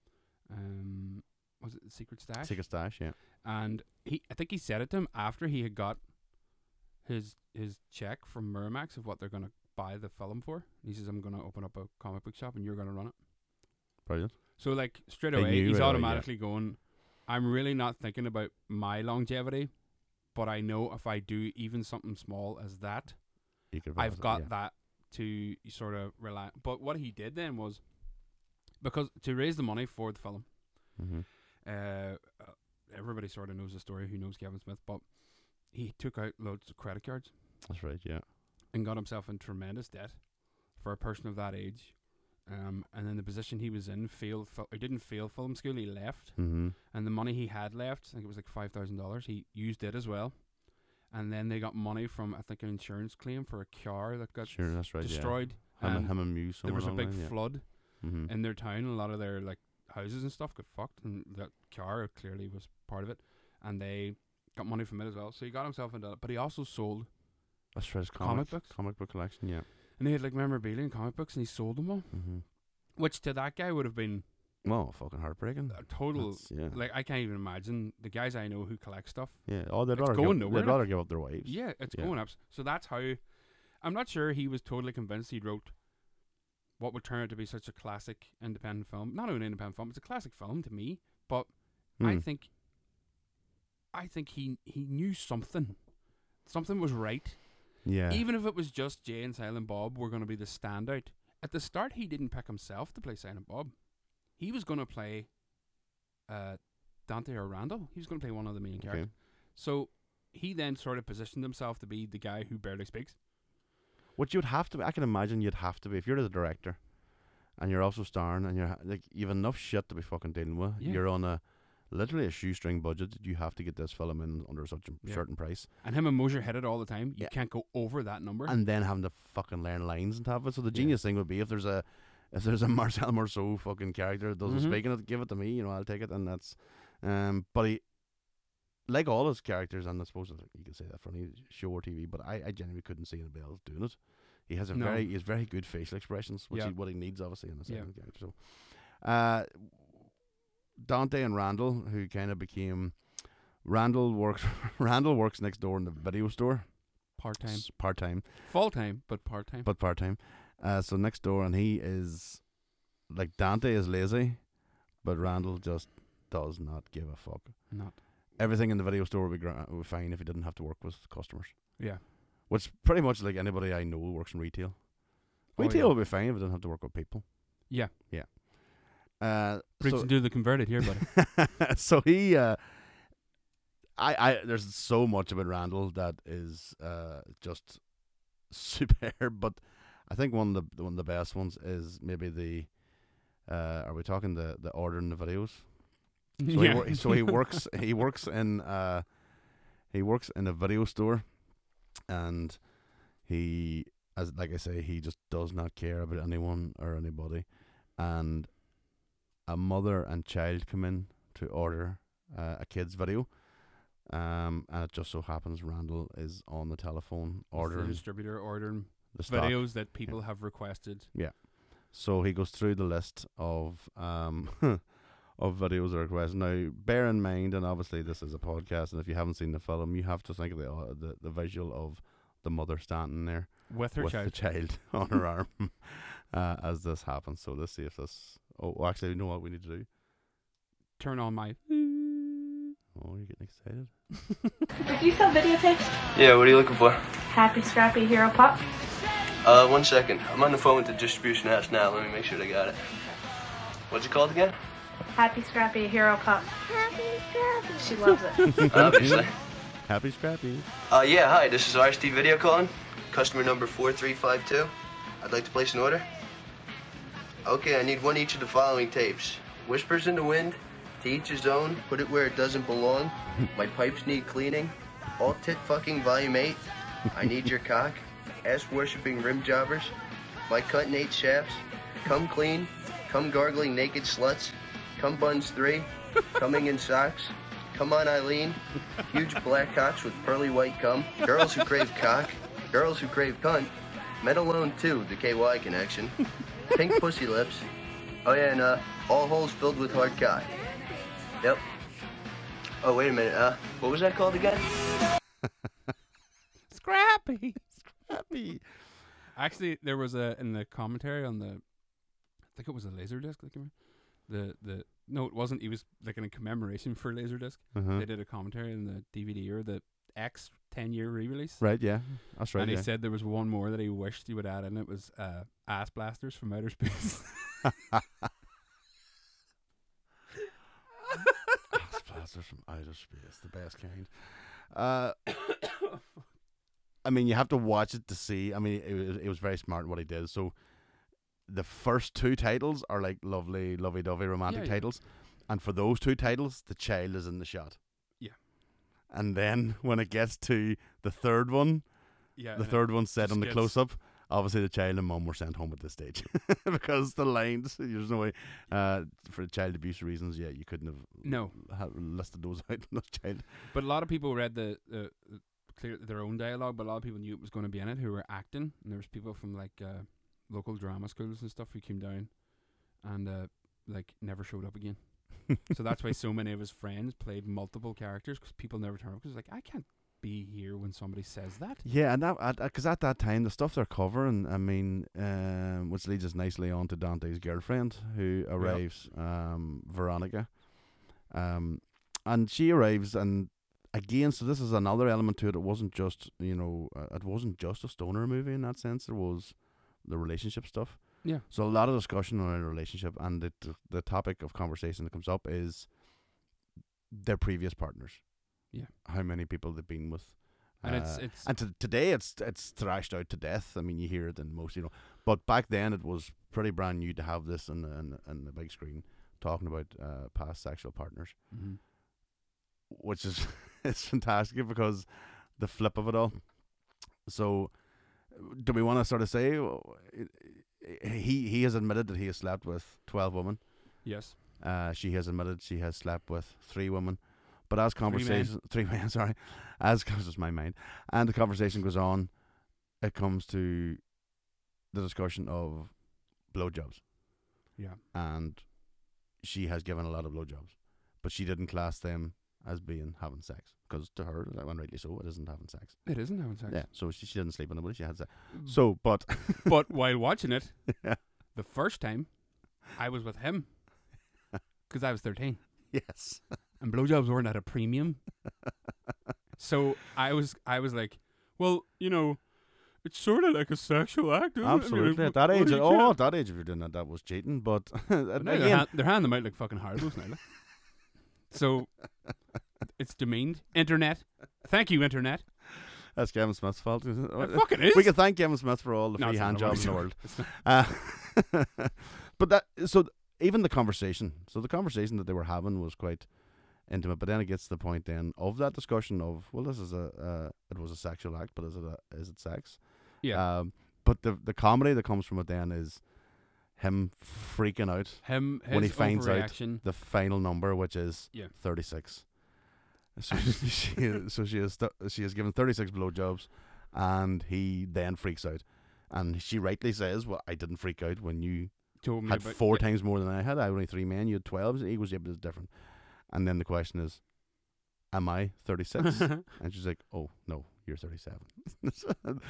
[SPEAKER 8] Um, was it the Secret Stash?
[SPEAKER 7] Take a stash, yeah.
[SPEAKER 8] and he I think he said it to him after he had got his his check from Miramax of what they're gonna buy the film for. He says, "I'm gonna open up a comic book shop, and you're gonna run it."
[SPEAKER 7] Brilliant.
[SPEAKER 8] So like straight
[SPEAKER 7] They
[SPEAKER 8] away,
[SPEAKER 7] knew
[SPEAKER 8] he's
[SPEAKER 7] right away, yeah.
[SPEAKER 8] automatically going. I'm really not thinking about my longevity, but I know if I do even something small as that,
[SPEAKER 7] You could
[SPEAKER 8] I've got
[SPEAKER 7] yeah.
[SPEAKER 8] that to sort of rely. But what he did then was because to raise the money for the film,
[SPEAKER 7] Mm-hmm.
[SPEAKER 8] uh, uh, everybody sort of knows the story who knows Kevin Smith, but he took out loads of credit cards
[SPEAKER 7] That's right, yeah.
[SPEAKER 8] and got himself in tremendous debt for a person of that age. Um, and then the position he was in failed. Fil- he didn't fail film school. He left,
[SPEAKER 7] Mm-hmm.
[SPEAKER 8] and the money he had left, I think it was like five thousand dollars. He used it as well, and then they got money from I think an insurance claim for a car that got
[SPEAKER 7] Sure, that's right.
[SPEAKER 8] destroyed.
[SPEAKER 7] Yeah.
[SPEAKER 8] and
[SPEAKER 7] Him, and- him and Muse.
[SPEAKER 8] there was a
[SPEAKER 7] somewhere
[SPEAKER 8] big
[SPEAKER 7] along
[SPEAKER 8] flood
[SPEAKER 7] line, yeah. mm-hmm.
[SPEAKER 8] in their town. A lot of their like houses and stuff got fucked, and that car clearly was part of it, and they got money from it as well. So he got himself into it, but he also sold,
[SPEAKER 7] That's right. His
[SPEAKER 8] Comic
[SPEAKER 7] comic,
[SPEAKER 8] books?
[SPEAKER 7] comic book collection. Yeah.
[SPEAKER 8] and he had like memorabilia and comic books, and he sold them all,
[SPEAKER 7] Mm-hmm.
[SPEAKER 8] which to that guy would have been
[SPEAKER 7] Well, fucking heartbreaking.
[SPEAKER 8] a total.
[SPEAKER 7] That's- yeah.
[SPEAKER 8] Like I can't even imagine the guys I know who collect stuff.
[SPEAKER 7] yeah. Oh, they'd
[SPEAKER 8] it's
[SPEAKER 7] rather
[SPEAKER 8] going
[SPEAKER 7] give,
[SPEAKER 8] nowhere,
[SPEAKER 7] they'd
[SPEAKER 8] like-
[SPEAKER 7] rather give up their wives.
[SPEAKER 8] Yeah, it's
[SPEAKER 7] Yeah.
[SPEAKER 8] going up. So that's how. I'm not sure he was totally convinced he wrote what would turn out to be such a classic independent film. Not only an independent film, it's a classic film to me. But I
[SPEAKER 7] Hmm.
[SPEAKER 8] think, I think he he knew something. Something was right,
[SPEAKER 7] Yeah.
[SPEAKER 8] even if it was just Jay and Silent Bob were going to be the standout. At the start, he didn't pick himself to play Silent Bob. He was going to play, uh, Dante or Randall. He was going to play one of the main characters.
[SPEAKER 7] okay.
[SPEAKER 8] So he then sort of positioned himself to be the guy who barely speaks.
[SPEAKER 7] What you'd have to. be- I can imagine you'd have to be if you're the director, and you're also starring, and you're ha- like you've enough shit to be fucking dealing with.
[SPEAKER 8] Yeah.
[SPEAKER 7] You're on a literally a shoestring budget. You have to get this film in under such a
[SPEAKER 8] Yeah.
[SPEAKER 7] certain price.
[SPEAKER 8] And him and Mosier hit it all the time. You
[SPEAKER 7] Yeah.
[SPEAKER 8] can't go over that number.
[SPEAKER 7] and then having to fucking learn lines and have it. So the
[SPEAKER 8] Yeah.
[SPEAKER 7] genius thing would be if there's a if there's a Marcel Marceau fucking character that doesn't
[SPEAKER 8] Mhm.
[SPEAKER 7] speak in it, give it to me. You know, I'll take it, and that's. Um, but he, like all his characters, and I suppose that you can say that for any show or TV, but I, I genuinely couldn't see anybody else doing it. He has a
[SPEAKER 8] No.
[SPEAKER 7] very he has very good facial expressions, which
[SPEAKER 8] Yeah.
[SPEAKER 7] he, what he needs obviously in a
[SPEAKER 8] Yeah.
[SPEAKER 7] second character. So, uh, Dante and Randall, who kind of became. Randall works. Randall works next door in the video store,
[SPEAKER 8] part time.
[SPEAKER 7] part time
[SPEAKER 8] Full time, but part time.
[SPEAKER 7] but part time. Uh, so next door, and he is like Dante is lazy, but Randall just does not give a fuck.
[SPEAKER 8] Not.
[SPEAKER 7] Everything in the video store would be, gra- would be fine if he didn't have to work with customers,
[SPEAKER 8] Yeah.
[SPEAKER 7] which pretty much like anybody I know who works in retail.
[SPEAKER 8] Oh,
[SPEAKER 7] Retail
[SPEAKER 8] yeah.
[SPEAKER 7] would be fine if it didn't have to work with people.
[SPEAKER 8] Yeah.
[SPEAKER 7] yeah. Uh,
[SPEAKER 8] Preach
[SPEAKER 7] so-
[SPEAKER 8] and do the converted here, buddy.
[SPEAKER 7] so he uh I, I there's so much about Randall that is uh just superb, but I think one of the one of the best ones is maybe the uh are we talking the the order in the videos? So he wor- so he works he works in uh he works in a video store and he as like I say he just does not care about anyone or anybody and a mother and child come in to order uh, a kid's video um and it just so happens Randall is on the telephone
[SPEAKER 8] Order
[SPEAKER 7] ordering
[SPEAKER 8] distributor ordering
[SPEAKER 7] the stock.
[SPEAKER 8] videos that people have requested.
[SPEAKER 7] So he goes through the list of um of videos or requests. Now, bear in mind, and obviously this is a podcast, and if you haven't seen the film, you have to think of the uh, the, the visual of the mother standing there
[SPEAKER 8] With her
[SPEAKER 7] with
[SPEAKER 8] child.
[SPEAKER 7] the child on her arm uh, as this happens. So let's see if this. Oh, well, actually, you know what we need to do.
[SPEAKER 8] Turn on my
[SPEAKER 7] Oh, you're getting excited.
[SPEAKER 4] Do you sell videotapes?
[SPEAKER 9] Yeah, what are you looking for?
[SPEAKER 4] Happy Scrappy Hero Pop?
[SPEAKER 9] Uh, one second. I'm on the phone with the distribution house now. Let me make sure they got it. What's it called again?
[SPEAKER 4] Happy Scrappy Hero Pop. Happy Scrappy. She loves it.
[SPEAKER 9] Obviously.
[SPEAKER 7] Happy Scrappy.
[SPEAKER 9] Uh, yeah, hi. This is RST Video calling. Customer number 4352. I'd like to place an order. Okay, I need one each of the following tapes. Whispers in the Wind, To Each His Own, Put It Where It Doesn't Belong, My Pipes Need Cleaning, All Tit Fucking Volume 8, I Need Your Cock, Ass Worshipping Rim Jobbers, My Cut and Eight Shafts, Come Clean, Come Gargling Naked Sluts, Come Buns 3, Coming in Socks, Come On Eileen, Huge Black Cocks with Pearly White Cum, Girls Who Crave Cock, Girls Who Crave Cunt, Men Alone 2, The KY Connection, Pink Pussy Lips, Oh yeah, and uh, all holes filled with hard cock. Yep. Oh wait a minute. Uh, what was that called again?
[SPEAKER 8] Scrappy.
[SPEAKER 7] Happy.
[SPEAKER 8] Actually, there was a in the commentary on the, I think it was a Laserdisc. that came out. The the no, it wasn't. He was like in a commemoration for Laserdisc.
[SPEAKER 7] Uh-huh.
[SPEAKER 8] They did a commentary in the DVD or the X ten year re release.
[SPEAKER 7] Right, yeah. That's right.
[SPEAKER 8] and he
[SPEAKER 7] yeah.
[SPEAKER 8] said there was one more that he wished he would add, and it was uh, ass blasters from outer space.
[SPEAKER 7] Ass blasters from outer space, the best kind. Uh, I mean, you have to watch it to see. I mean, it was, it was very smart what he did. So the first two titles are like lovely, lovey dovey romantic
[SPEAKER 8] Yeah, yeah.
[SPEAKER 7] titles. And for those two titles, the child is in the shot.
[SPEAKER 8] Yeah.
[SPEAKER 7] And then when it gets to the third one,
[SPEAKER 8] yeah,
[SPEAKER 7] the
[SPEAKER 8] and it-
[SPEAKER 7] third one's set
[SPEAKER 8] just
[SPEAKER 7] on the
[SPEAKER 8] gets-
[SPEAKER 7] close up, Obviously, the child and mum were sent home at this stage because the lines. There's no way uh, for child abuse reasons. Yeah, you couldn't have
[SPEAKER 8] No.
[SPEAKER 7] ha- listed those out. in those child.
[SPEAKER 8] But a lot of people read the, the, the clear their own dialogue, but a lot of people knew it was going to be in it who were acting, and there was people from like uh, local drama schools and stuff who came down, and uh, like never showed up again. so that's why so many of his friends played multiple characters because people never turned up because like I can't be here when somebody says that.
[SPEAKER 7] Yeah, and that because at that time the stuff they're covering, I mean, um, which leads us nicely on to Dante's girlfriend who arrives, um, Veronica, um, and she arrives and again, so this is another element to it. It wasn't just you know, uh, it wasn't just a stoner movie in that sense. There was the relationship stuff.
[SPEAKER 8] Yeah.
[SPEAKER 7] So a lot of discussion around relationship, and the t- the topic of conversation that comes up is their previous partners.
[SPEAKER 8] Yeah.
[SPEAKER 7] How many people they've been with.
[SPEAKER 8] And it's
[SPEAKER 7] uh,
[SPEAKER 8] it's
[SPEAKER 7] and to, today it's it's thrashed out to death. I mean, you hear it in most, you know. But back then it was pretty brand new to have this in in, in the big screen talking about uh, past sexual partners,
[SPEAKER 8] mhm.
[SPEAKER 7] which is it's fantastic because the flip of it all. So, do we want to sort of say uh, he he has admitted that he has slept with twelve women?
[SPEAKER 8] yes.
[SPEAKER 7] Uh, she has admitted she has slept with three women. But as
[SPEAKER 8] men.
[SPEAKER 7] conversation, three men, sorry, as comes just my mind, and the conversation goes on, it comes to the discussion of blowjobs,
[SPEAKER 8] Yeah.
[SPEAKER 7] and she has given a lot of blowjobs, but she didn't class them as being having sex because to her, that one rightly so, it isn't having sex.
[SPEAKER 8] It isn't having sex.
[SPEAKER 7] Yeah, so she, she didn't sleep with nobody, she had sex. So, but
[SPEAKER 8] Hmm. Mm. But while watching it,
[SPEAKER 7] Yeah.
[SPEAKER 8] the first time, I was with him because I was thirteen.
[SPEAKER 7] yes,
[SPEAKER 8] and blowjobs weren't at a premium. so I was I was like, well, you know, it's sort of like a sexual act, isn't
[SPEAKER 7] absolutely.
[SPEAKER 8] It?
[SPEAKER 7] At that
[SPEAKER 8] I mean, what
[SPEAKER 7] age,
[SPEAKER 8] do you
[SPEAKER 7] oh,
[SPEAKER 8] care?
[SPEAKER 7] at that age, if you're doing that, that was cheating. But
[SPEAKER 8] But now they're,
[SPEAKER 7] again,
[SPEAKER 8] hand, they're handing them out like fucking haribo's now. like. so it's demeaned. Internet, thank you, internet.
[SPEAKER 7] That's Kevin Smith's fault. isn't
[SPEAKER 8] It
[SPEAKER 7] it?
[SPEAKER 8] fucking is.
[SPEAKER 7] We can thank Kevin Smith for all the
[SPEAKER 8] No,
[SPEAKER 7] free
[SPEAKER 8] it's not
[SPEAKER 7] hand
[SPEAKER 8] no
[SPEAKER 7] jobs
[SPEAKER 8] worries.
[SPEAKER 7] in the world. Uh, but that so th- even the conversation, so the conversation that they were having was quite intimate. But then it gets to the point then of that discussion of well, this is a uh, it was a sexual act, but is it a, is it sex?
[SPEAKER 8] yeah,
[SPEAKER 7] Um, but the the comedy that comes from it then is him freaking out
[SPEAKER 8] him his
[SPEAKER 7] when he finds out-
[SPEAKER 8] overreaction.
[SPEAKER 7] the final number, which is
[SPEAKER 8] Yeah.
[SPEAKER 7] 36. So she is, so she is stu she is given 36 blowjobs, and he then freaks out, and she rightly says, "Well, I didn't freak out when you
[SPEAKER 8] Told me
[SPEAKER 7] had
[SPEAKER 8] about-
[SPEAKER 7] four
[SPEAKER 8] yeah,
[SPEAKER 7] times more than I had. I had only three men. You had 12." He goes, "Yeah, but it's different." And then the question is, "Am I 36?" and she's like, "Oh no, you're 37."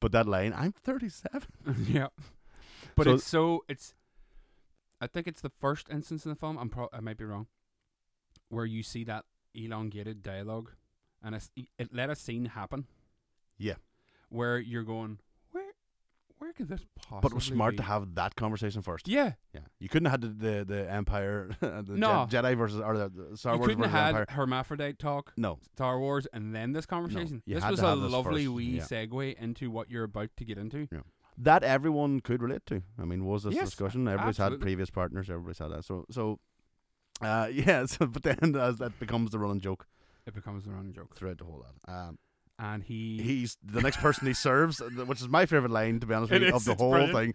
[SPEAKER 7] but that line, "I'm 37."
[SPEAKER 8] yeah, but
[SPEAKER 7] So-
[SPEAKER 8] it's so it's. I think it's the first instance in the film. I'm pro- I might be wrong, where you see that elongated dialogue, and it's, it let a scene happen.
[SPEAKER 7] Yeah.
[SPEAKER 8] where you're going, where, where could this possibly?
[SPEAKER 7] But it was smart
[SPEAKER 8] be?
[SPEAKER 7] to have that conversation first.
[SPEAKER 8] Yeah,
[SPEAKER 7] Yeah, you couldn't have had the the, the Empire, the Je-
[SPEAKER 8] No.
[SPEAKER 7] Jedi versus or the, the Star
[SPEAKER 8] you
[SPEAKER 7] Wars
[SPEAKER 8] couldn't
[SPEAKER 7] versus
[SPEAKER 8] have had
[SPEAKER 7] Empire.
[SPEAKER 8] hermaphrodite talk,
[SPEAKER 7] No,
[SPEAKER 8] Star Wars, and then this conversation.
[SPEAKER 7] you
[SPEAKER 8] this
[SPEAKER 7] had
[SPEAKER 8] was
[SPEAKER 7] to
[SPEAKER 8] a
[SPEAKER 7] have this
[SPEAKER 8] lovely
[SPEAKER 7] first,
[SPEAKER 8] wee
[SPEAKER 7] yeah.
[SPEAKER 8] segue into what you're about to get into.
[SPEAKER 7] that everyone could relate to. I mean, was this
[SPEAKER 8] Yes,
[SPEAKER 7] discussion? Everybody's had
[SPEAKER 8] absolutely.
[SPEAKER 7] previous partners. Everybody's had that. So so, uh, yeah. So, but then as that becomes the running joke
[SPEAKER 8] It becomes a running joke,
[SPEAKER 7] throughout the whole lot. Um,
[SPEAKER 8] and he,
[SPEAKER 7] he's the next person he serves, th- which is my favorite line to be honest
[SPEAKER 8] It
[SPEAKER 7] with you, of
[SPEAKER 8] is,
[SPEAKER 7] the
[SPEAKER 8] it's
[SPEAKER 7] whole
[SPEAKER 8] brilliant.
[SPEAKER 7] thing.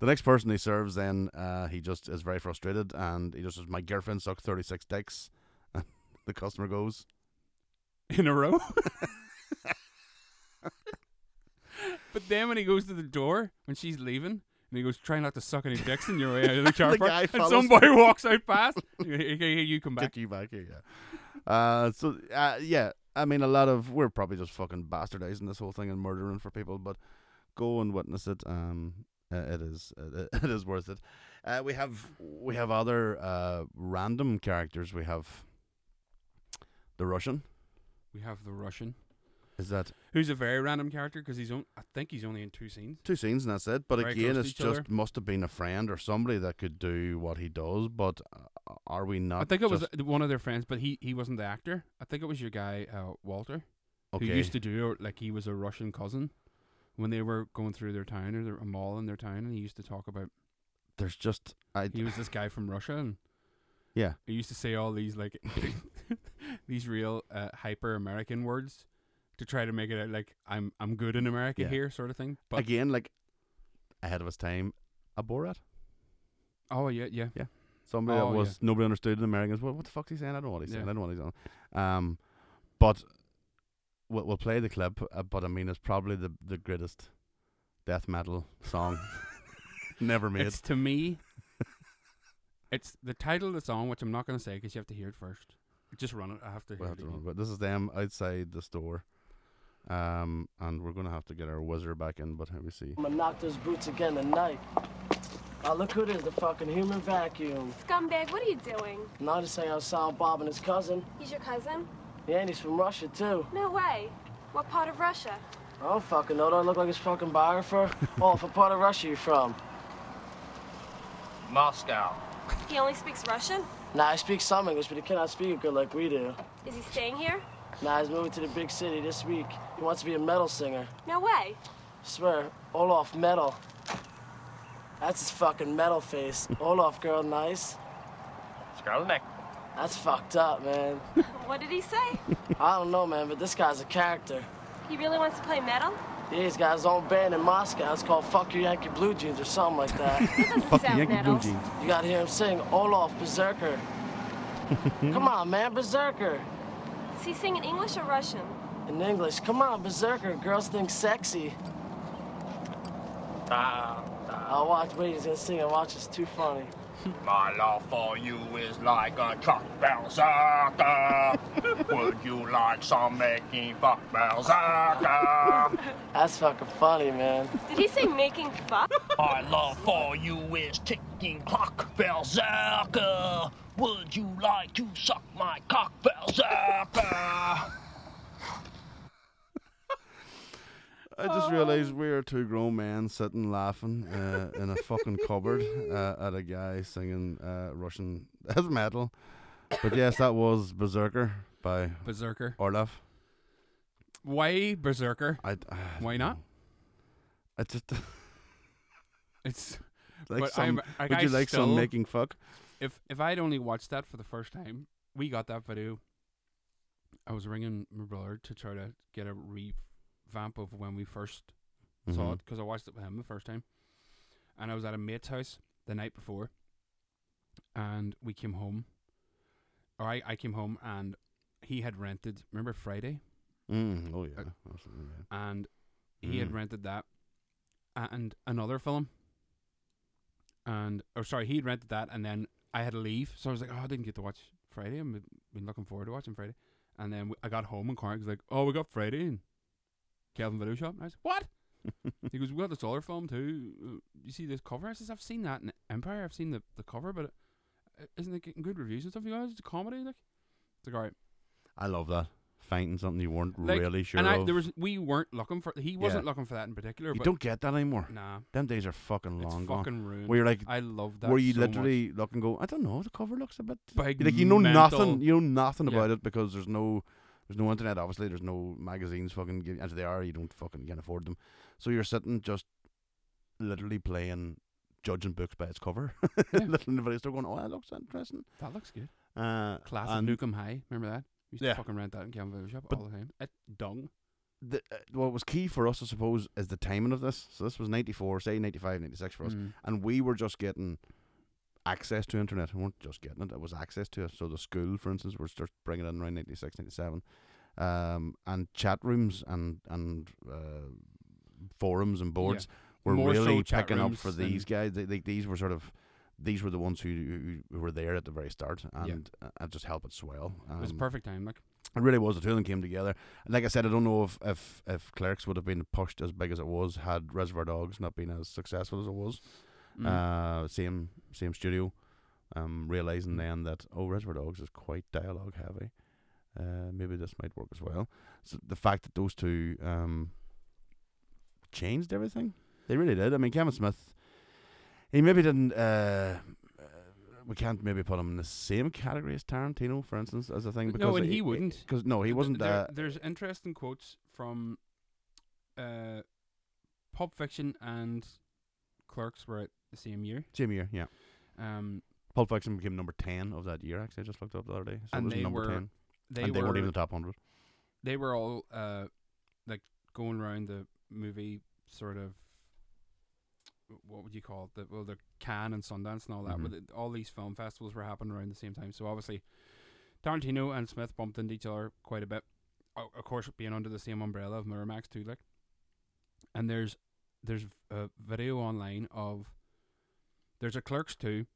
[SPEAKER 7] The next person he serves, then uh, he just is very frustrated, and he just says, "My girlfriend sucked thirty six dicks." the customer goes,
[SPEAKER 8] in a row. but then when he goes to the door, when she's leaving, and he goes, try not to suck any dicks in your way out of the car
[SPEAKER 7] The
[SPEAKER 8] park,"
[SPEAKER 7] guy
[SPEAKER 8] and
[SPEAKER 7] follows.
[SPEAKER 8] somebody walks out past, "Hey, hey, hey, you come back.
[SPEAKER 7] Kick you back here, yeah. Uh, so uh, yeah, I mean, a lot of we're probably just fucking bastardizing this whole thing and murdering for people, but go and witness it. Um, uh, it is it, it is worth it. Uh, we have we have other uh random characters. We have the Russian.
[SPEAKER 8] We have the Russian,
[SPEAKER 7] Is that
[SPEAKER 8] who's a very random character because he's on. I think he's only in two scenes.
[SPEAKER 7] two scenes and that's it? But
[SPEAKER 8] Very
[SPEAKER 7] again,
[SPEAKER 8] close to
[SPEAKER 7] it's
[SPEAKER 8] each other.
[SPEAKER 7] just must have been a friend or somebody that could do what he does. But uh, are we not?
[SPEAKER 8] I think it was
[SPEAKER 7] just-
[SPEAKER 8] uh, one of their friends, but he he wasn't the actor. I think it was your guy uh, Walter,
[SPEAKER 7] okay.
[SPEAKER 8] who used to do or, like he was a Russian cousin when they were going through their town or their, a mall in their town, and he used to talk about
[SPEAKER 7] There's just I
[SPEAKER 8] he was this guy from Russia and
[SPEAKER 7] Yeah.
[SPEAKER 8] he used to say all these like these real uh, hyper American words to try to make it out uh, like I'm I'm good in America
[SPEAKER 7] Yeah.
[SPEAKER 8] here sort of thing. But
[SPEAKER 7] again, like ahead of its time a Borat.
[SPEAKER 8] Oh yeah, yeah.
[SPEAKER 7] Somebody
[SPEAKER 8] Oh,
[SPEAKER 7] that was nobody understood in Americans. Well, what the fuck's he saying? I don't know what he's saying.
[SPEAKER 8] Yeah.
[SPEAKER 7] I don't know what he's on. Um, but we'll, we'll play the clip. Uh, but I mean, it's probably the the greatest death metal song never made.
[SPEAKER 8] It's to me. it's the title of the song, which I'm not going to say because you have to hear it first. Just run it. I have to hear
[SPEAKER 7] We'll have
[SPEAKER 8] it.
[SPEAKER 7] to
[SPEAKER 8] again.
[SPEAKER 7] remember. This is them outside the store. Um, and we're gonna have to get our wizard back in, but let me see.
[SPEAKER 6] I'm gonna knock those boots again tonight. Oh, look who it is, the fucking human vacuum.
[SPEAKER 4] Scumbag, what are you doing?
[SPEAKER 6] Not to say I saw Bob and his cousin.
[SPEAKER 4] He's your cousin?
[SPEAKER 6] Yeah, and he's from Russia, too.
[SPEAKER 4] No way. What part of Russia?
[SPEAKER 6] I don't fucking know. Do I look like his fucking biographer? oh, what part of Russia you from?
[SPEAKER 2] Moscow.
[SPEAKER 4] He only speaks Russian?
[SPEAKER 6] Nah, I speak some English, but he cannot speak it good like we do.
[SPEAKER 4] Is he staying here?
[SPEAKER 6] Nah, he's moving to the big city this week. He wants to be a metal singer.
[SPEAKER 4] No way.
[SPEAKER 6] Swear, Olaf metal. That's his fucking metal face. Olaf, girl, nice.
[SPEAKER 2] Scarlet.
[SPEAKER 6] That's fucked up, man.
[SPEAKER 4] What did he say?
[SPEAKER 6] I don't know, man, but this guy's a character.
[SPEAKER 4] He really wants to play metal?
[SPEAKER 6] Yeah, he's got his own band in Moscow. It's called Fuck Your Yankee Blue Jeans or something like that.
[SPEAKER 4] That doesn't
[SPEAKER 7] Fuck the
[SPEAKER 4] sound
[SPEAKER 7] Yankee
[SPEAKER 4] metal.
[SPEAKER 7] Blue Jeans.
[SPEAKER 6] you gotta hear him sing Olaf Berserker. Come on, man, Berserker.
[SPEAKER 4] Does he sing in English or Russian?
[SPEAKER 6] In English, come on, Berserker. Girls think sexy. I'll watch. Wait, he's gonna sing and watch. It's too funny.
[SPEAKER 2] My love for you is like a truck berserker. Would you like some making fuck berserker?
[SPEAKER 6] That's fucking funny, man.
[SPEAKER 4] Did he say making fuck?
[SPEAKER 2] My love for you is ticking clock berserker. Would you like to suck my cock berserker?
[SPEAKER 7] I just realized we are two grown men sitting laughing uh, in a fucking cupboard uh, at a guy singing uh, Russian death metal. But yes, that was Berserker by
[SPEAKER 8] Berserker.
[SPEAKER 7] Orlov.
[SPEAKER 8] Why Berserker?
[SPEAKER 7] I, I
[SPEAKER 8] Why
[SPEAKER 7] don't
[SPEAKER 8] not?
[SPEAKER 7] know. I just
[SPEAKER 8] It's
[SPEAKER 7] like
[SPEAKER 8] But
[SPEAKER 7] some.
[SPEAKER 8] I'm- like,
[SPEAKER 7] would
[SPEAKER 8] I
[SPEAKER 7] you like
[SPEAKER 8] still-
[SPEAKER 7] some making fuck?
[SPEAKER 8] if if I'd only watched that for the first time, we got that video. I was ringing my brother to try to get a revamp of when we 1st saw it
[SPEAKER 7] Mhm.
[SPEAKER 8] because I watched it with him the first time, and I was at a mate's house the night before, and we came home, or I, I came home and he had rented. Remember Friday,
[SPEAKER 7] Mm, oh yeah,
[SPEAKER 8] Uh,
[SPEAKER 7] absolutely. Yeah.
[SPEAKER 8] and he had
[SPEAKER 7] Mm.
[SPEAKER 8] rented that and another film. And or sorry, he'd rented that and then I had to leave. So I was like, Oh, I didn't get to watch Friday. I've been looking forward to watching Friday. And then I got home and Cormac was like, Oh, we got Friday in Calvin Video Shop. And I was like, What? he goes, We got this other film too. Uh, You see this cover? I says, I've seen that in Empire. I've seen the, the cover, but it, isn't it getting good reviews and stuff? You guys, it's a comedy. Like, it's like, All right.
[SPEAKER 7] I love that finding something you weren't
[SPEAKER 8] Like,
[SPEAKER 7] really sure
[SPEAKER 8] and I,
[SPEAKER 7] of.
[SPEAKER 8] there was we weren't looking for he wasn't looking for that in particular.
[SPEAKER 7] you
[SPEAKER 8] but
[SPEAKER 7] don't get that anymore.
[SPEAKER 8] Nah,
[SPEAKER 7] Them days are fucking
[SPEAKER 8] it's
[SPEAKER 7] long gone.
[SPEAKER 8] fucking ruined.
[SPEAKER 7] Where you're like,
[SPEAKER 8] I love that.
[SPEAKER 7] where you
[SPEAKER 8] so much.
[SPEAKER 7] literally look and go, I don't know, the cover looks a bit
[SPEAKER 8] Big
[SPEAKER 7] like you know nothing,
[SPEAKER 8] mental-
[SPEAKER 7] you know nothing
[SPEAKER 8] Yeah.
[SPEAKER 7] about it because there's no, there's no internet. Obviously, there's no magazines. Fucking give- as they are, you don't fucking you can't afford them. So you're sitting just literally playing, judging books by its cover.
[SPEAKER 8] Yeah.
[SPEAKER 7] Literally, the video's still going, oh, that looks interesting.
[SPEAKER 8] That looks good.
[SPEAKER 7] Uh,
[SPEAKER 8] Classic
[SPEAKER 7] and
[SPEAKER 8] Nukem High. Remember that? We used
[SPEAKER 7] Yeah.
[SPEAKER 8] to fucking rent that in Calvin Video Shop
[SPEAKER 7] But-
[SPEAKER 8] all the time. At Dung.
[SPEAKER 7] the, uh, what was key for us, I suppose, is the timing of this. So this was '94, say '95, '96 for us.
[SPEAKER 8] Mm.
[SPEAKER 7] and we were just getting access to internet. We weren't just getting it; it was access to it. So the school, for instance, were start bringing it in around 96, 97. um, and chat rooms and and uh, forums and boards were
[SPEAKER 8] More so
[SPEAKER 7] really
[SPEAKER 8] chat
[SPEAKER 7] picking up for
[SPEAKER 8] rooms than-
[SPEAKER 7] these guys. They, they, these were sort of these were the ones who, who, who were there at the very start and uh, and just help it swell.
[SPEAKER 8] It was
[SPEAKER 7] Um,
[SPEAKER 8] perfect time. Like
[SPEAKER 7] it really was. The two of them came together. And Like I said, I don't know if, if, if Clerks would have been pushed as big as it was had Reservoir Dogs not been as successful as it was.
[SPEAKER 8] mm.
[SPEAKER 7] Uh, same same studio. Um, realizing
[SPEAKER 8] Mm-hmm.
[SPEAKER 7] then that oh, Reservoir Dogs is quite dialogue heavy. Uh, maybe this might work as well. So the fact that those two um changed everything, they really did. I mean, Kevin Smith, he maybe didn't. Uh, uh, we can't maybe put him in the same category as Tarantino, for instance, as a thing.
[SPEAKER 8] No,
[SPEAKER 7] Because
[SPEAKER 8] and he wouldn't.
[SPEAKER 7] Because no, he
[SPEAKER 8] Th-
[SPEAKER 7] wasn't.
[SPEAKER 8] there-
[SPEAKER 7] Uh,
[SPEAKER 8] there's interesting quotes from uh Pulp Fiction and Clerks were at the same year.
[SPEAKER 7] same year, yeah.
[SPEAKER 8] Um
[SPEAKER 7] Pulp Fiction became number ten of that year. Actually, I just looked up the other day. So
[SPEAKER 8] And
[SPEAKER 7] it was
[SPEAKER 8] they
[SPEAKER 7] number
[SPEAKER 8] were-
[SPEAKER 7] ten,
[SPEAKER 8] they
[SPEAKER 7] and they
[SPEAKER 8] were
[SPEAKER 7] weren't even the top hundred.
[SPEAKER 8] they were all uh like going around the movie sort of what would you call it? The, well, the Cannes and Sundance and all that. But it- all these film festivals were happening around the same time. So obviously, Tarantino and Smith bumped into each other quite a bit. O- Of course, being under the same umbrella of Miramax too, like. And there's there's a video online of there's a Clerks too,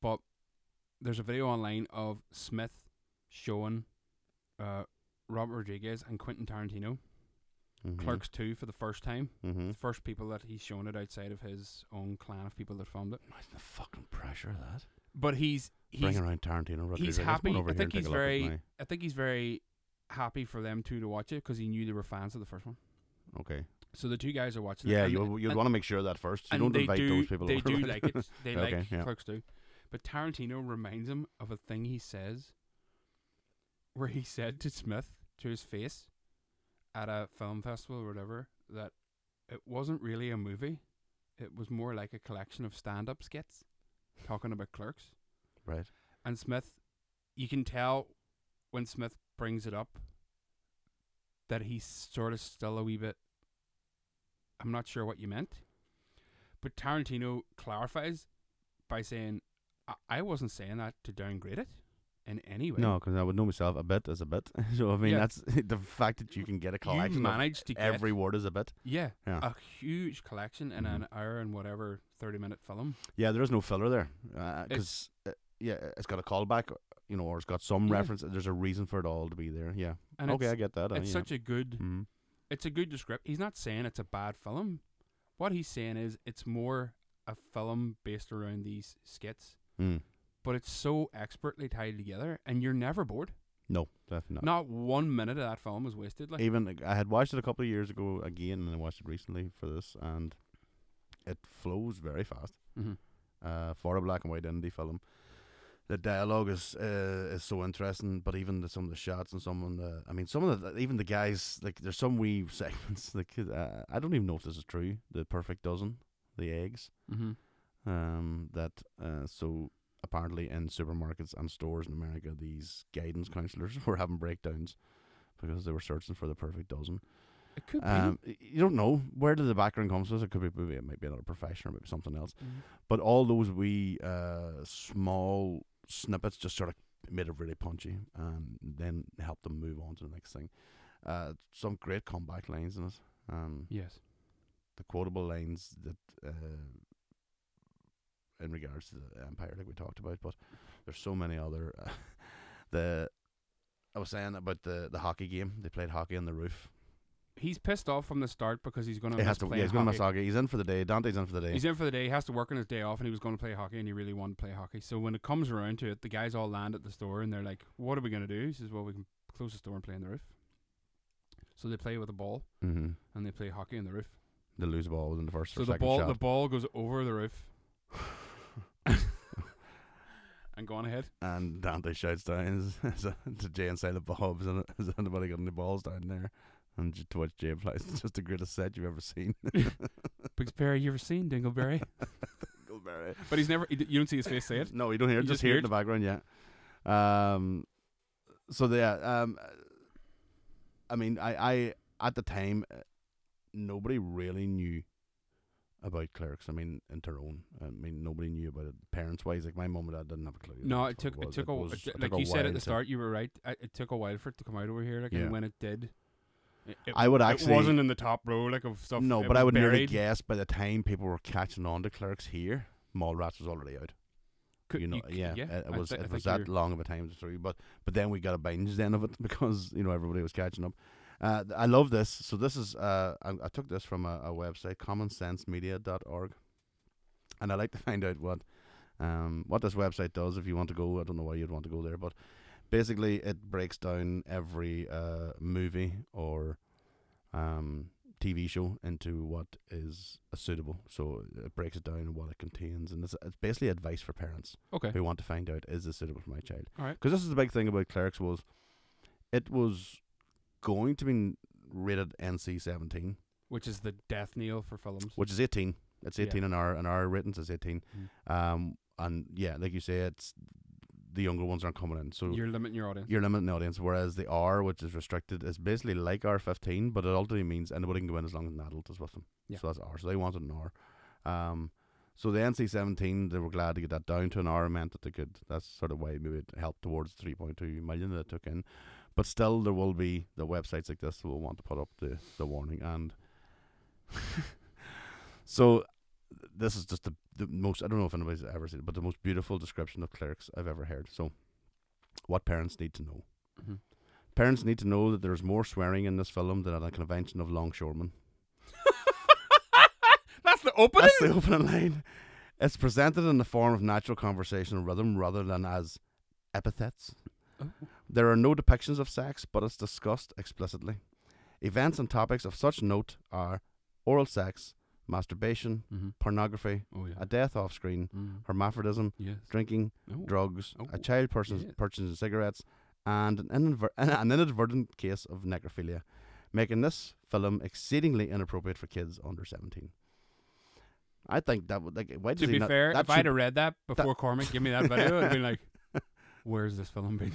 [SPEAKER 8] but there's a video online of Smith showing uh, Robert Rodriguez and Quentin Tarantino Clerks 2 for the first time.
[SPEAKER 7] Mm-hmm.
[SPEAKER 8] The first people that he's shown it outside of his own clan of people that filmed it.
[SPEAKER 7] Imagine the fucking pressure of that.
[SPEAKER 8] But he's
[SPEAKER 7] Bring
[SPEAKER 8] he's
[SPEAKER 7] around Tarantino. Rodriguez.
[SPEAKER 8] he's
[SPEAKER 7] Let's come
[SPEAKER 8] happy.
[SPEAKER 7] Over
[SPEAKER 8] I
[SPEAKER 7] here
[SPEAKER 8] think
[SPEAKER 7] and take
[SPEAKER 8] he's
[SPEAKER 7] a look at
[SPEAKER 8] very
[SPEAKER 7] my-
[SPEAKER 8] I think he's very happy for them two to watch it because he knew they were fans of the first one.
[SPEAKER 7] okay.
[SPEAKER 8] So the two guys are watching. it
[SPEAKER 7] Yeah,
[SPEAKER 8] and-
[SPEAKER 7] you you
[SPEAKER 8] and-
[SPEAKER 7] want to make sure of that first. You
[SPEAKER 8] and
[SPEAKER 7] don't
[SPEAKER 8] they
[SPEAKER 7] invite
[SPEAKER 8] do,
[SPEAKER 7] those people.
[SPEAKER 8] They
[SPEAKER 7] over,
[SPEAKER 8] do
[SPEAKER 7] right?
[SPEAKER 8] like it. They
[SPEAKER 7] Okay,
[SPEAKER 8] like
[SPEAKER 7] yeah.
[SPEAKER 8] Clerks do. But Tarantino reminds him of a thing he says, where he said to Smith to his face, at a film festival or whatever, that it wasn't really a movie. It was more like a collection of stand-up skits, talking about Clerks.
[SPEAKER 7] right.
[SPEAKER 8] And Smith, you can tell when Smith brings it up that he's sort of still a wee bit. I'm not sure what you meant. But Tarantino clarifies by saying, I, I wasn't saying that to downgrade it in any way.
[SPEAKER 7] No, because I would know myself a bit as a bit. So I mean,
[SPEAKER 8] Yeah.
[SPEAKER 7] that's the fact that you can get a collection.
[SPEAKER 8] you
[SPEAKER 7] of
[SPEAKER 8] managed to get
[SPEAKER 7] every word is a bit.
[SPEAKER 8] yeah,
[SPEAKER 7] Yeah.
[SPEAKER 8] a huge collection in
[SPEAKER 7] Mhm.
[SPEAKER 8] an hour and whatever 30 minute film.
[SPEAKER 7] Yeah, there is no filler there
[SPEAKER 8] It's-
[SPEAKER 7] because uh, yeah, it's got a callback, you know, or it's got some
[SPEAKER 8] Yeah.
[SPEAKER 7] reference. There's a reason for it all to be there. Yeah.
[SPEAKER 8] And
[SPEAKER 7] okay, I
[SPEAKER 8] it's,
[SPEAKER 7] get that. uh,
[SPEAKER 8] it's
[SPEAKER 7] yeah.
[SPEAKER 8] such a good
[SPEAKER 7] Mhm.
[SPEAKER 8] it's a good description. He's not saying it's a bad film. What he's saying is it's more a film based around these skits,
[SPEAKER 7] Mm.
[SPEAKER 8] but it's so expertly tied together, and you're never bored.
[SPEAKER 7] No, definitely
[SPEAKER 8] Not
[SPEAKER 7] not.
[SPEAKER 8] one minute of that film was wasted. Like
[SPEAKER 7] Even like, I had watched it a couple of years ago again, and I watched it recently for this, and it flows very fast.
[SPEAKER 8] Mhm.
[SPEAKER 7] Uh, for a black and white indie film, the dialogue is uh, is so interesting. But even the, some of the shots and some of the, I mean, some of the even the guys like there's some wee segments like uh, I don't even know if this is true. The perfect dozen, the eggs.
[SPEAKER 8] Mhm.
[SPEAKER 7] um, that uh, so apparently in supermarkets and stores in America, these guidance counselors were having breakdowns because they were searching for the perfect dozen.
[SPEAKER 8] it could be.
[SPEAKER 7] Um, y- you don't know where did the background comes from. It could be maybe it might be another profession or maybe something else.
[SPEAKER 8] Mhm.
[SPEAKER 7] But all those wee uh, small snippets just sort of made it really punchy, and then helped them move on to the next thing. Uh, some great comeback lines in it. Um,
[SPEAKER 8] yes,
[SPEAKER 7] the quotable lines that uh, in regards to the empire like we talked about but there's so many other uh, the I was saying about the, the hockey game they played hockey on the roof
[SPEAKER 8] he's pissed off from the start because he's going
[SPEAKER 7] he
[SPEAKER 8] to
[SPEAKER 7] has
[SPEAKER 8] miss
[SPEAKER 7] to
[SPEAKER 8] playing
[SPEAKER 7] yeah, he's going to miss
[SPEAKER 8] Oh, hockey.
[SPEAKER 7] hockey he's in for the day Dante's in for the day
[SPEAKER 8] He's in for the day. He has to work on his day off, and he was going to play hockey, and he really wanted to play hockey. So when it comes around to it, the guys all land at the store, and they're like, "What are we going to do?" He says, "Well, we can close the store and play on the roof." So they play with a ball,
[SPEAKER 7] mm-hmm.
[SPEAKER 8] and they play hockey on the roof.
[SPEAKER 7] the lose ball was in the first
[SPEAKER 8] So
[SPEAKER 7] or
[SPEAKER 8] the
[SPEAKER 7] second
[SPEAKER 8] ball
[SPEAKER 7] shot
[SPEAKER 8] the ball goes over the roof and go on ahead.
[SPEAKER 7] and Dante shouts down is- is to Jay and Silent Bob is, any- has anybody got any balls down there and j- to which Jay replies it's just the greatest set you've ever seen
[SPEAKER 8] Pixberry, you ever seen Dingleberry?
[SPEAKER 7] Goldberry
[SPEAKER 8] but he's never. he d- You don't see his face say it.
[SPEAKER 7] No, you don't hear it.
[SPEAKER 8] You just
[SPEAKER 7] Just, hear
[SPEAKER 8] hear
[SPEAKER 7] it in the background. Yeah. Um. So yeah. Um. I mean, I, I at the time, uh, nobody really knew about clerics. I mean, in Tyrone, I mean, nobody knew about it. Parents wise, like my mum and dad didn't have a clue.
[SPEAKER 8] No,
[SPEAKER 7] That's
[SPEAKER 8] it
[SPEAKER 7] what
[SPEAKER 8] took it,
[SPEAKER 7] was.
[SPEAKER 8] took a
[SPEAKER 7] was-
[SPEAKER 8] it,
[SPEAKER 7] it
[SPEAKER 8] like
[SPEAKER 7] took a
[SPEAKER 8] you said
[SPEAKER 7] while
[SPEAKER 8] at the
[SPEAKER 7] to-
[SPEAKER 8] start. You were right. I, it took a while for it to come out over here. Like
[SPEAKER 7] Yeah.
[SPEAKER 8] and when it did, it, it-
[SPEAKER 7] I would actually-
[SPEAKER 8] It wasn't in the top row like of stuff.
[SPEAKER 7] No,
[SPEAKER 8] it
[SPEAKER 7] but I
[SPEAKER 8] was
[SPEAKER 7] would nearly
[SPEAKER 8] buried.
[SPEAKER 7] guess by the time people were catching on to clerics here, Mallrats was already out.
[SPEAKER 8] Could-
[SPEAKER 7] you know,
[SPEAKER 8] c-
[SPEAKER 7] yeah, it, it
[SPEAKER 8] I
[SPEAKER 7] was
[SPEAKER 8] thi- I
[SPEAKER 7] it
[SPEAKER 8] think
[SPEAKER 7] was
[SPEAKER 8] you're-
[SPEAKER 7] that long of a time to through. But but then we got a binge then of it because you know everybody was catching up. Uh, th- I love this. So this is uh, I, I took this from a, a website, commonsensemedia.org, and I like to find out what um what this website does. If you want to go, I don't know why you'd want to go there, but basically it breaks down every uh movie or um TV show into what is uh, suitable. So it breaks it down and what it contains, and it's, it's basically advice for parents
[SPEAKER 8] Okay.
[SPEAKER 7] who want to find out is this suitable for my child.
[SPEAKER 8] All right.
[SPEAKER 7] Because this is the big thing about Clerics was it was going to be rated NC seventeen,
[SPEAKER 8] Which is the death knell for films.
[SPEAKER 7] which is eighteen. It's
[SPEAKER 8] Yeah. Mm.
[SPEAKER 7] eighteen in our in our ratings is eighteen. Um, and yeah, like you say, it's the younger ones aren't coming in, so
[SPEAKER 8] You're limiting your audience.
[SPEAKER 7] you're limiting the audience. Whereas the R, which is restricted, is basically like R fifteen, but it ultimately means anybody can go in as long as an adult is with them.
[SPEAKER 8] Yeah.
[SPEAKER 7] So that's R. So they wanted an R. Um, so the NC seventeen, they were glad to get that down to an hour. Meant that they could. That's sort of why maybe it helped towards three point two million that it took in. But still, there will be the websites like this will want to put up the the warning and. so, this is just the, the most. I don't know if anybody's ever seen it, but the most beautiful description of clerics I've ever heard. So, what parents need to know.
[SPEAKER 8] Mhm.
[SPEAKER 7] Parents need to know that there's more swearing in this film than at a convention of longshoremen.
[SPEAKER 8] That's the opening.
[SPEAKER 7] That's the opening line. It's presented in the form of natural conversational rhythm rather than as epithets. There are no depictions of sex, but it's discussed explicitly. Events and topics of such note are oral sex, masturbation,
[SPEAKER 8] Mhm.
[SPEAKER 7] pornography,
[SPEAKER 8] Oh yeah.
[SPEAKER 7] a death off screen,
[SPEAKER 8] Mm.
[SPEAKER 7] hermaphrodism,
[SPEAKER 8] Yes.
[SPEAKER 7] drinking,
[SPEAKER 8] Oh.
[SPEAKER 7] drugs,
[SPEAKER 8] Oh,
[SPEAKER 7] a child person's
[SPEAKER 8] yes.
[SPEAKER 7] purchasing cigarettes, and an, inadver- an inadvertent case of necrophilia, making this film exceedingly inappropriate for kids under 17. I think that would like why does
[SPEAKER 8] To
[SPEAKER 7] he
[SPEAKER 8] be
[SPEAKER 7] not,
[SPEAKER 8] fair,
[SPEAKER 7] that
[SPEAKER 8] if I'd
[SPEAKER 7] should-
[SPEAKER 8] have read that before Cormac gave me that video, I'd be like, "Where's this film been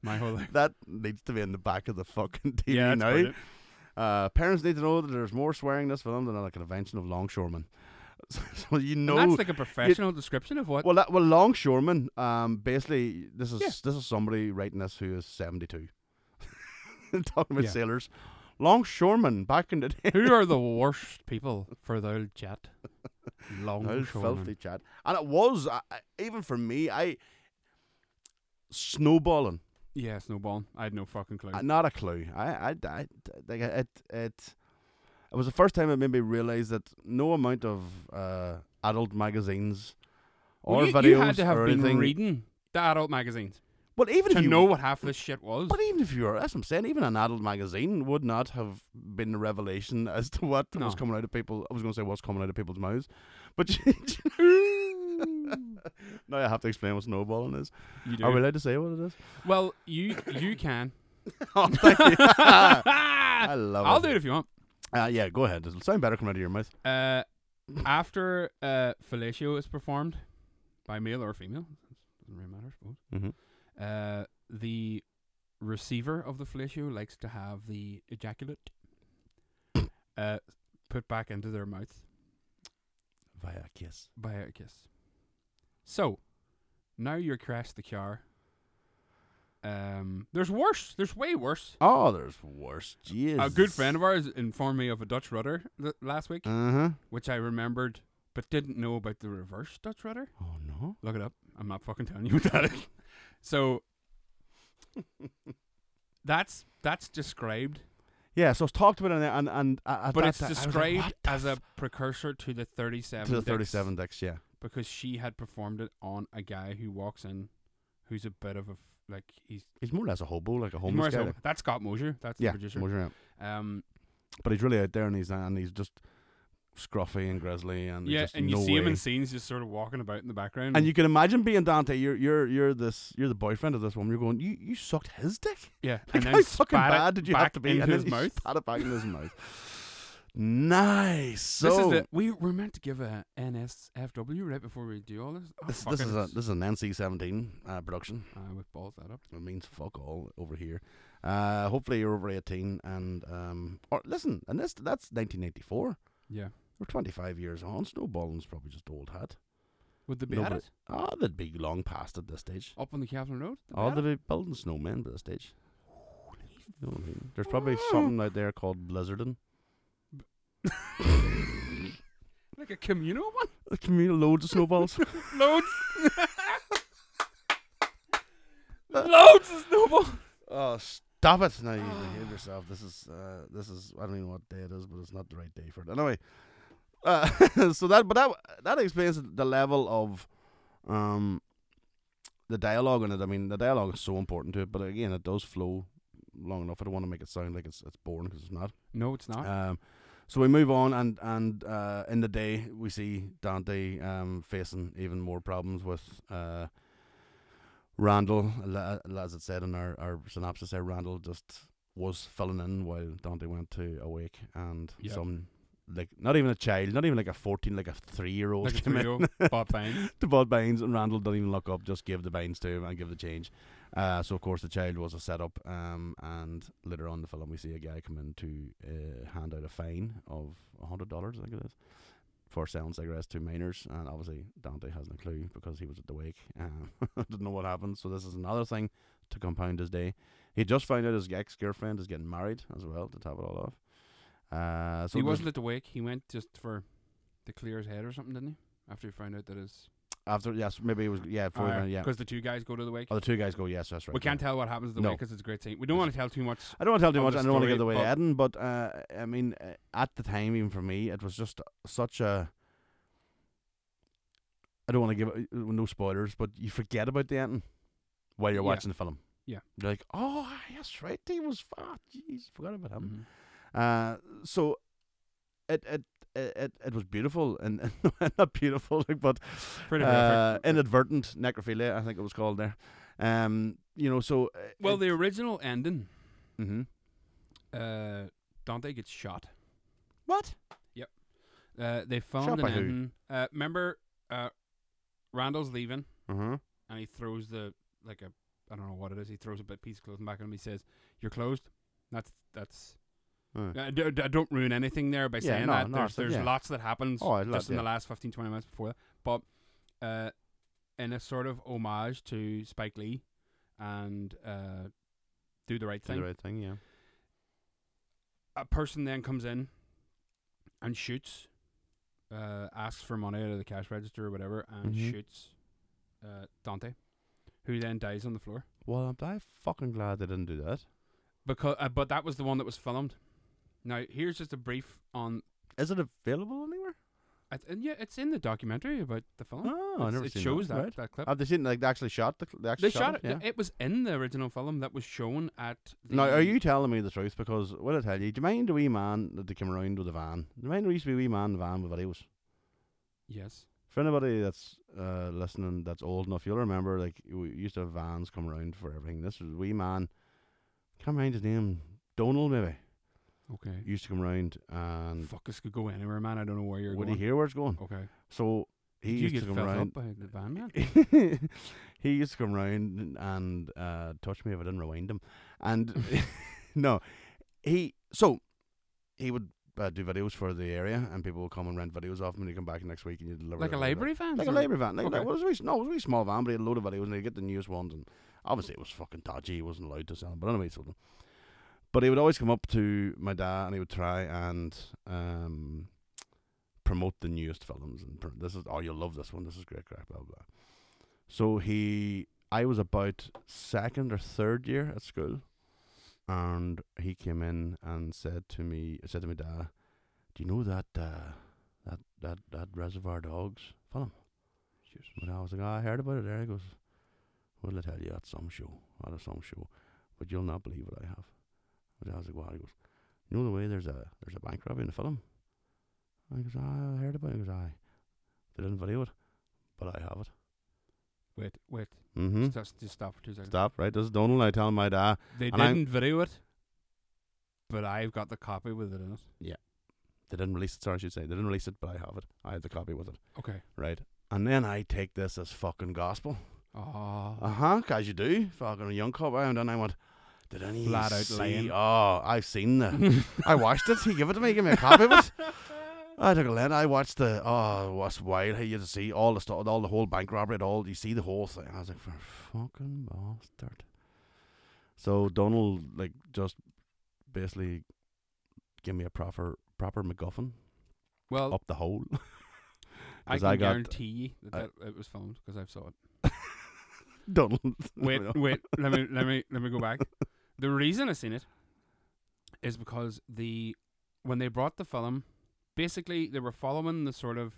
[SPEAKER 8] my whole life?"
[SPEAKER 7] that needs to be in the back of the fucking TV
[SPEAKER 8] yeah, that's
[SPEAKER 7] now.
[SPEAKER 8] brilliant.
[SPEAKER 7] Uh, parents need to know that there's more swearing in this film than at a convention of longshoremen. So, you
[SPEAKER 8] And
[SPEAKER 7] know
[SPEAKER 8] that's like a professional description of what.
[SPEAKER 7] Well, that well, longshoreman. Um, basically, this is
[SPEAKER 8] Uh, Yeah.
[SPEAKER 7] this is somebody writing this who is seventy two. Talking about
[SPEAKER 8] Yeah.
[SPEAKER 7] sailors, longshoremen back in the day.
[SPEAKER 8] who are the worst people for the old chat?
[SPEAKER 7] How
[SPEAKER 8] Long
[SPEAKER 7] filthy chat, and it was I, I- even for me. I snowballing,
[SPEAKER 8] Yeah, snowballing. I had no fucking clue.
[SPEAKER 7] Uh, not a clue. I, I, I, like it, it, it was the first time it made me realize that no amount of uh, adult magazines or
[SPEAKER 8] Well, you,
[SPEAKER 7] videos
[SPEAKER 8] you had to have
[SPEAKER 7] or
[SPEAKER 8] been
[SPEAKER 7] anything.
[SPEAKER 8] reading the adult magazines
[SPEAKER 7] well, even
[SPEAKER 8] to
[SPEAKER 7] if you
[SPEAKER 8] know what half this shit was.
[SPEAKER 7] But even if you were, that's what I'm saying, even an adult magazine would not have been a revelation as to what was
[SPEAKER 8] No.
[SPEAKER 7] coming out of people. I was going to say what's coming out of people's mouths, but now I have to explain what snowballing is.
[SPEAKER 8] You do.
[SPEAKER 7] Are we allowed to say what it is?
[SPEAKER 8] well, you you can.
[SPEAKER 7] Oh, thank you.
[SPEAKER 8] I
[SPEAKER 7] I love
[SPEAKER 8] I'll
[SPEAKER 7] it.
[SPEAKER 8] do it if you want.
[SPEAKER 7] Uh, yeah, go ahead. It'll sound better coming out of your mouth.
[SPEAKER 8] Uh, after uh, fellatio is performed by male or female, doesn't really matter, I suppose.
[SPEAKER 7] Mhm.
[SPEAKER 8] Uh, the receiver of the fellatio likes to have the ejaculate uh, put back into their mouth
[SPEAKER 7] Via kiss.
[SPEAKER 8] by a kiss. So, now you're crashed the car. Um, there's worse. There's way worse.
[SPEAKER 7] Oh, there's worse. Jesus.
[SPEAKER 8] A good friend of ours informed me of a Dutch rudder th- last week,
[SPEAKER 7] Uh huh.
[SPEAKER 8] which I remembered but didn't know about the reverse Dutch rudder.
[SPEAKER 7] Oh no.
[SPEAKER 8] Look it up. I'm not fucking telling you what that is. So that's that's described,
[SPEAKER 7] Yeah, so it's talked about in there, and and uh, at
[SPEAKER 8] but
[SPEAKER 7] that
[SPEAKER 8] it's
[SPEAKER 7] ti- I was like,
[SPEAKER 8] described
[SPEAKER 7] "What the
[SPEAKER 8] as
[SPEAKER 7] f-"
[SPEAKER 8] a precursor to the 37
[SPEAKER 7] to the
[SPEAKER 8] dicks,
[SPEAKER 7] thirty-seven dicks. Yeah.
[SPEAKER 8] because she had performed it on a guy who walks in, who's a bit of a f- like he's,
[SPEAKER 7] He's more or less a hobo, like a
[SPEAKER 8] he's more
[SPEAKER 7] homeless
[SPEAKER 8] so-
[SPEAKER 7] guy. like-
[SPEAKER 8] that's Scott Mosier, that's
[SPEAKER 7] Yeah,
[SPEAKER 8] the producer.
[SPEAKER 7] Mosier, yeah.
[SPEAKER 8] Um,
[SPEAKER 7] But he's really out there, and he's and he's just scruffy and grizzly, and there's
[SPEAKER 8] yeah,
[SPEAKER 7] just
[SPEAKER 8] and you
[SPEAKER 7] no
[SPEAKER 8] see him
[SPEAKER 7] way.
[SPEAKER 8] in scenes just sort of walking about in the background,
[SPEAKER 7] and you can imagine being Dante. You're you're you're this you're the boyfriend of this woman. You're going, you you sucked his dick.
[SPEAKER 8] yeah,
[SPEAKER 7] Like,
[SPEAKER 8] and
[SPEAKER 7] how
[SPEAKER 8] then
[SPEAKER 7] fucking
[SPEAKER 8] spat it
[SPEAKER 7] bad did you have
[SPEAKER 8] back
[SPEAKER 7] to be?
[SPEAKER 8] into
[SPEAKER 7] and then
[SPEAKER 8] his
[SPEAKER 7] he
[SPEAKER 8] mouth?
[SPEAKER 7] spat it back in his mouth. Nice. So
[SPEAKER 8] this is the, we were meant to give a NSFW right before we do all this. Oh,
[SPEAKER 7] this,
[SPEAKER 8] fuck
[SPEAKER 7] this
[SPEAKER 8] it,
[SPEAKER 7] is a
[SPEAKER 8] it's-
[SPEAKER 7] this is an NC-17 uh, production.
[SPEAKER 8] I would balls that up.
[SPEAKER 7] It means fuck all over here. Uh, hopefully you're over 18 and um or listen, and this that's 1984.
[SPEAKER 8] Yeah.
[SPEAKER 7] We're 25 years on. Snowballing's probably just old hat.
[SPEAKER 8] Would they be
[SPEAKER 7] Nobody-
[SPEAKER 8] at it?
[SPEAKER 7] Ah, they'd be long past at this stage.
[SPEAKER 8] Up on the Capitol Road? They'd be
[SPEAKER 7] Oh,
[SPEAKER 8] at it?
[SPEAKER 7] they'd be building snowmen by this stage. You know what I mean? There's probably something out there called blizzarding.
[SPEAKER 8] Like a communal one?
[SPEAKER 7] A communal loads of snowballs.
[SPEAKER 8] Loads. Loads of snowball.
[SPEAKER 7] oh, stop it! Now you behave yourself. This is uh, this is I don't even know what day it is, but it's not the right day for it. Anyway, uh, so that but that that explains the level of um the dialogue in it. I mean, the dialogue is so important to it, but again, it does flow long enough. I don't want to make it sound like it's it's boring because it's not.
[SPEAKER 8] No, it's not.
[SPEAKER 7] Um, so we move on, and and uh, in the day we see Dante um, facing even more problems with uh, Randall. La- As it said in our, our synopsis, there Randall just was filling in while Dante went to awake, and
[SPEAKER 8] Yep.
[SPEAKER 7] some like not even a child, not even like a fourteen, like a three year old
[SPEAKER 8] like a
[SPEAKER 7] came in
[SPEAKER 8] trio. Bob Vines.
[SPEAKER 7] to Bud Baines, and Randall doesn't even look up, just give the Baines to him and give the change. Uh, so, of course, the child was a setup, um, and later on in the film, we see a guy come in to uh, hand out a fine of $100, I think it is, for selling cigarettes to minors. And obviously, Dante has no clue because he was at the wake. Um, didn't know what happened. So this is another thing to compound his day. He just found out his ex girlfriend is getting married as well to top it all off. Uh, so
[SPEAKER 8] he
[SPEAKER 7] there's-
[SPEAKER 8] wasn't at the wake. He went just for to clear his head or something, didn't he? After he found out that his
[SPEAKER 7] after yes, maybe it was yeah, before he
[SPEAKER 8] because
[SPEAKER 7] went- yeah.
[SPEAKER 8] the two guys go to the wake.
[SPEAKER 7] Oh, the two guys go yes, that's right.
[SPEAKER 8] we
[SPEAKER 7] yeah.
[SPEAKER 8] can't tell what happens at the
[SPEAKER 7] No.
[SPEAKER 8] wake because it's a great scene. We don't want to tell too much.
[SPEAKER 7] I don't want to tell too
[SPEAKER 8] of
[SPEAKER 7] much.
[SPEAKER 8] the
[SPEAKER 7] I don't want to give it
[SPEAKER 8] story,
[SPEAKER 7] away
[SPEAKER 8] but-
[SPEAKER 7] Eden, but uh, I mean, uh, at the time, even for me, it was just such a. I don't want to give it, no spoilers, but you forget about the ending while you're
[SPEAKER 8] Yeah.
[SPEAKER 7] watching the film.
[SPEAKER 8] Yeah.
[SPEAKER 7] you're like, oh, aye, that's right, he was fat. Jeez, forgot about him.
[SPEAKER 8] Mhm.
[SPEAKER 7] Uh, so it it it it- it was beautiful and not beautiful, like, but
[SPEAKER 8] Pretty
[SPEAKER 7] uh,
[SPEAKER 8] horrific.
[SPEAKER 7] inadvertent necrophilia, I think it was called there. Um, you know, so uh,
[SPEAKER 8] Well, the original ending,
[SPEAKER 7] it, hmm
[SPEAKER 8] uh, Dante gets shot.
[SPEAKER 7] what?
[SPEAKER 8] Uh, they found
[SPEAKER 7] Shot
[SPEAKER 8] an
[SPEAKER 7] by who?
[SPEAKER 8] ending. Uh, remember, uh, Randall's leaving
[SPEAKER 7] Mm-hmm.
[SPEAKER 8] and he throws the like a I don't know what it is. He throws a bit piece of clothing back at him. He says, "You're closed." That's that's.
[SPEAKER 7] Mm.
[SPEAKER 8] I, d- d- I don't ruin anything there by
[SPEAKER 7] Yeah,
[SPEAKER 8] saying
[SPEAKER 7] no,
[SPEAKER 8] that.
[SPEAKER 7] no,
[SPEAKER 8] there's
[SPEAKER 7] it's like-
[SPEAKER 8] there's
[SPEAKER 7] yeah.
[SPEAKER 8] lots that happens
[SPEAKER 7] Oh, I love
[SPEAKER 8] just in
[SPEAKER 7] yeah.
[SPEAKER 8] the last 15, 20 minutes before that. But uh, in a sort of homage to Spike Lee and uh, do the right
[SPEAKER 7] Do
[SPEAKER 8] thing,
[SPEAKER 7] the right thing, yeah.
[SPEAKER 8] a person then comes in and shoots, uh, asks for money out of the cash register or whatever, and
[SPEAKER 7] Mhm.
[SPEAKER 8] shoots uh, Dante, who then dies on the floor.
[SPEAKER 7] Well, I'm di- fucking glad they didn't do that.
[SPEAKER 8] Because, uh, but that was the one that was filmed. Now, here's just a brief on.
[SPEAKER 7] Is it available anywhere?
[SPEAKER 8] I th- and yeah, it's in the documentary about the film.
[SPEAKER 7] Oh, I
[SPEAKER 8] It's-
[SPEAKER 7] never
[SPEAKER 8] it
[SPEAKER 7] seen
[SPEAKER 8] shows
[SPEAKER 7] that,
[SPEAKER 8] that
[SPEAKER 7] right.
[SPEAKER 8] that clip.
[SPEAKER 7] Have they seen like they actually shot the? They, actually
[SPEAKER 8] they shot it.
[SPEAKER 7] Yeah.
[SPEAKER 8] It was in the original film that was shown at. The
[SPEAKER 7] Now, are you telling me the truth? Because what I tell you, do you mind the wee man that they came around with a van? Do you mind there used to be a wee man in the van with videos?
[SPEAKER 8] Yes.
[SPEAKER 7] For anybody that's uh, listening, that's old enough, you'll remember like we used to have vans come around for everything. This was a wee man. Can't mind his name. Donald maybe
[SPEAKER 8] Okay.
[SPEAKER 7] used to come around and
[SPEAKER 8] Fuck, this could go anywhere, man. I don't know where you're
[SPEAKER 7] would he
[SPEAKER 8] going.
[SPEAKER 7] hear where it's going?
[SPEAKER 8] Okay.
[SPEAKER 7] So he
[SPEAKER 8] Did you
[SPEAKER 7] used
[SPEAKER 8] get
[SPEAKER 7] to come
[SPEAKER 8] felt
[SPEAKER 7] around
[SPEAKER 8] up by the van man?
[SPEAKER 7] he used to come round and uh, touch me if I didn't rewind him. And no, he so he would uh, do videos for the area, and people would come and rent videos off him, and he'd come back next week and you deliver
[SPEAKER 8] like a
[SPEAKER 7] them.
[SPEAKER 8] library van?
[SPEAKER 7] Like a
[SPEAKER 8] sort of?
[SPEAKER 7] library van, like,
[SPEAKER 8] Okay.
[SPEAKER 7] like what was a wee, no, it was a wee small van, but he had a load of videos, and he'd get the newest ones, and obviously it was fucking dodgy. He wasn't allowed to sell them, but anyway, he sold them. But he would always come up to my dad, and he would try and um, promote the newest films and pr- this is oh you'll love this one this is great crap blah blah, blah so he i was about second or third year at school and he came in and said to me said to me dad do you know that uh, that that that reservoir dogs film and i was like "Ah, i heard about it there he goes well i tell you that's some show that is some show but you'll not believe what i have and i was like wow he goes you know the way there's a there's a bank robbery in the film I goes, "Aye, I heard about it. He goes, aye. They didn't video it, but I have it.
[SPEAKER 8] Wait, wait.
[SPEAKER 7] Mm-hmm.
[SPEAKER 8] Just, just stop for two seconds.
[SPEAKER 7] Stop, right? This is Donald. I tell my dad.
[SPEAKER 8] They
[SPEAKER 7] And
[SPEAKER 8] didn't
[SPEAKER 7] I'm-
[SPEAKER 8] video it, but I've got the copy with it in it.
[SPEAKER 7] They didn't release it, sorry, I should say. They didn't release it, but I have it. I have the copy with it,
[SPEAKER 8] Okay.
[SPEAKER 7] right? And then I take this as fucking gospel.
[SPEAKER 8] Oh.
[SPEAKER 7] Uh huh, as you do. Fucking a young cop. And then I went, did any
[SPEAKER 8] Flat out
[SPEAKER 7] see?
[SPEAKER 8] lying.
[SPEAKER 7] Oh, I've seen the. I watched it. He gave it to me. He gave me a copy of it. I took a lens. I watched the. Oh, what's wild? How you had to see all the stuff, all the whole bank robbery, it all you see the whole thing. I was like, for fucking bastard. So Donald like just basically gave me a proper proper MacGuffin
[SPEAKER 8] Well,
[SPEAKER 7] up the hole.
[SPEAKER 8] I
[SPEAKER 7] Oh, 'cause
[SPEAKER 8] can
[SPEAKER 7] I got-
[SPEAKER 8] guarantee you that,
[SPEAKER 7] I-
[SPEAKER 8] that it was filmed because I've saw it.
[SPEAKER 7] Donald.
[SPEAKER 8] Wait, wait. Let me, let me, let me go back. The reason I seen it is because the when they brought the film, basically they were following the sort of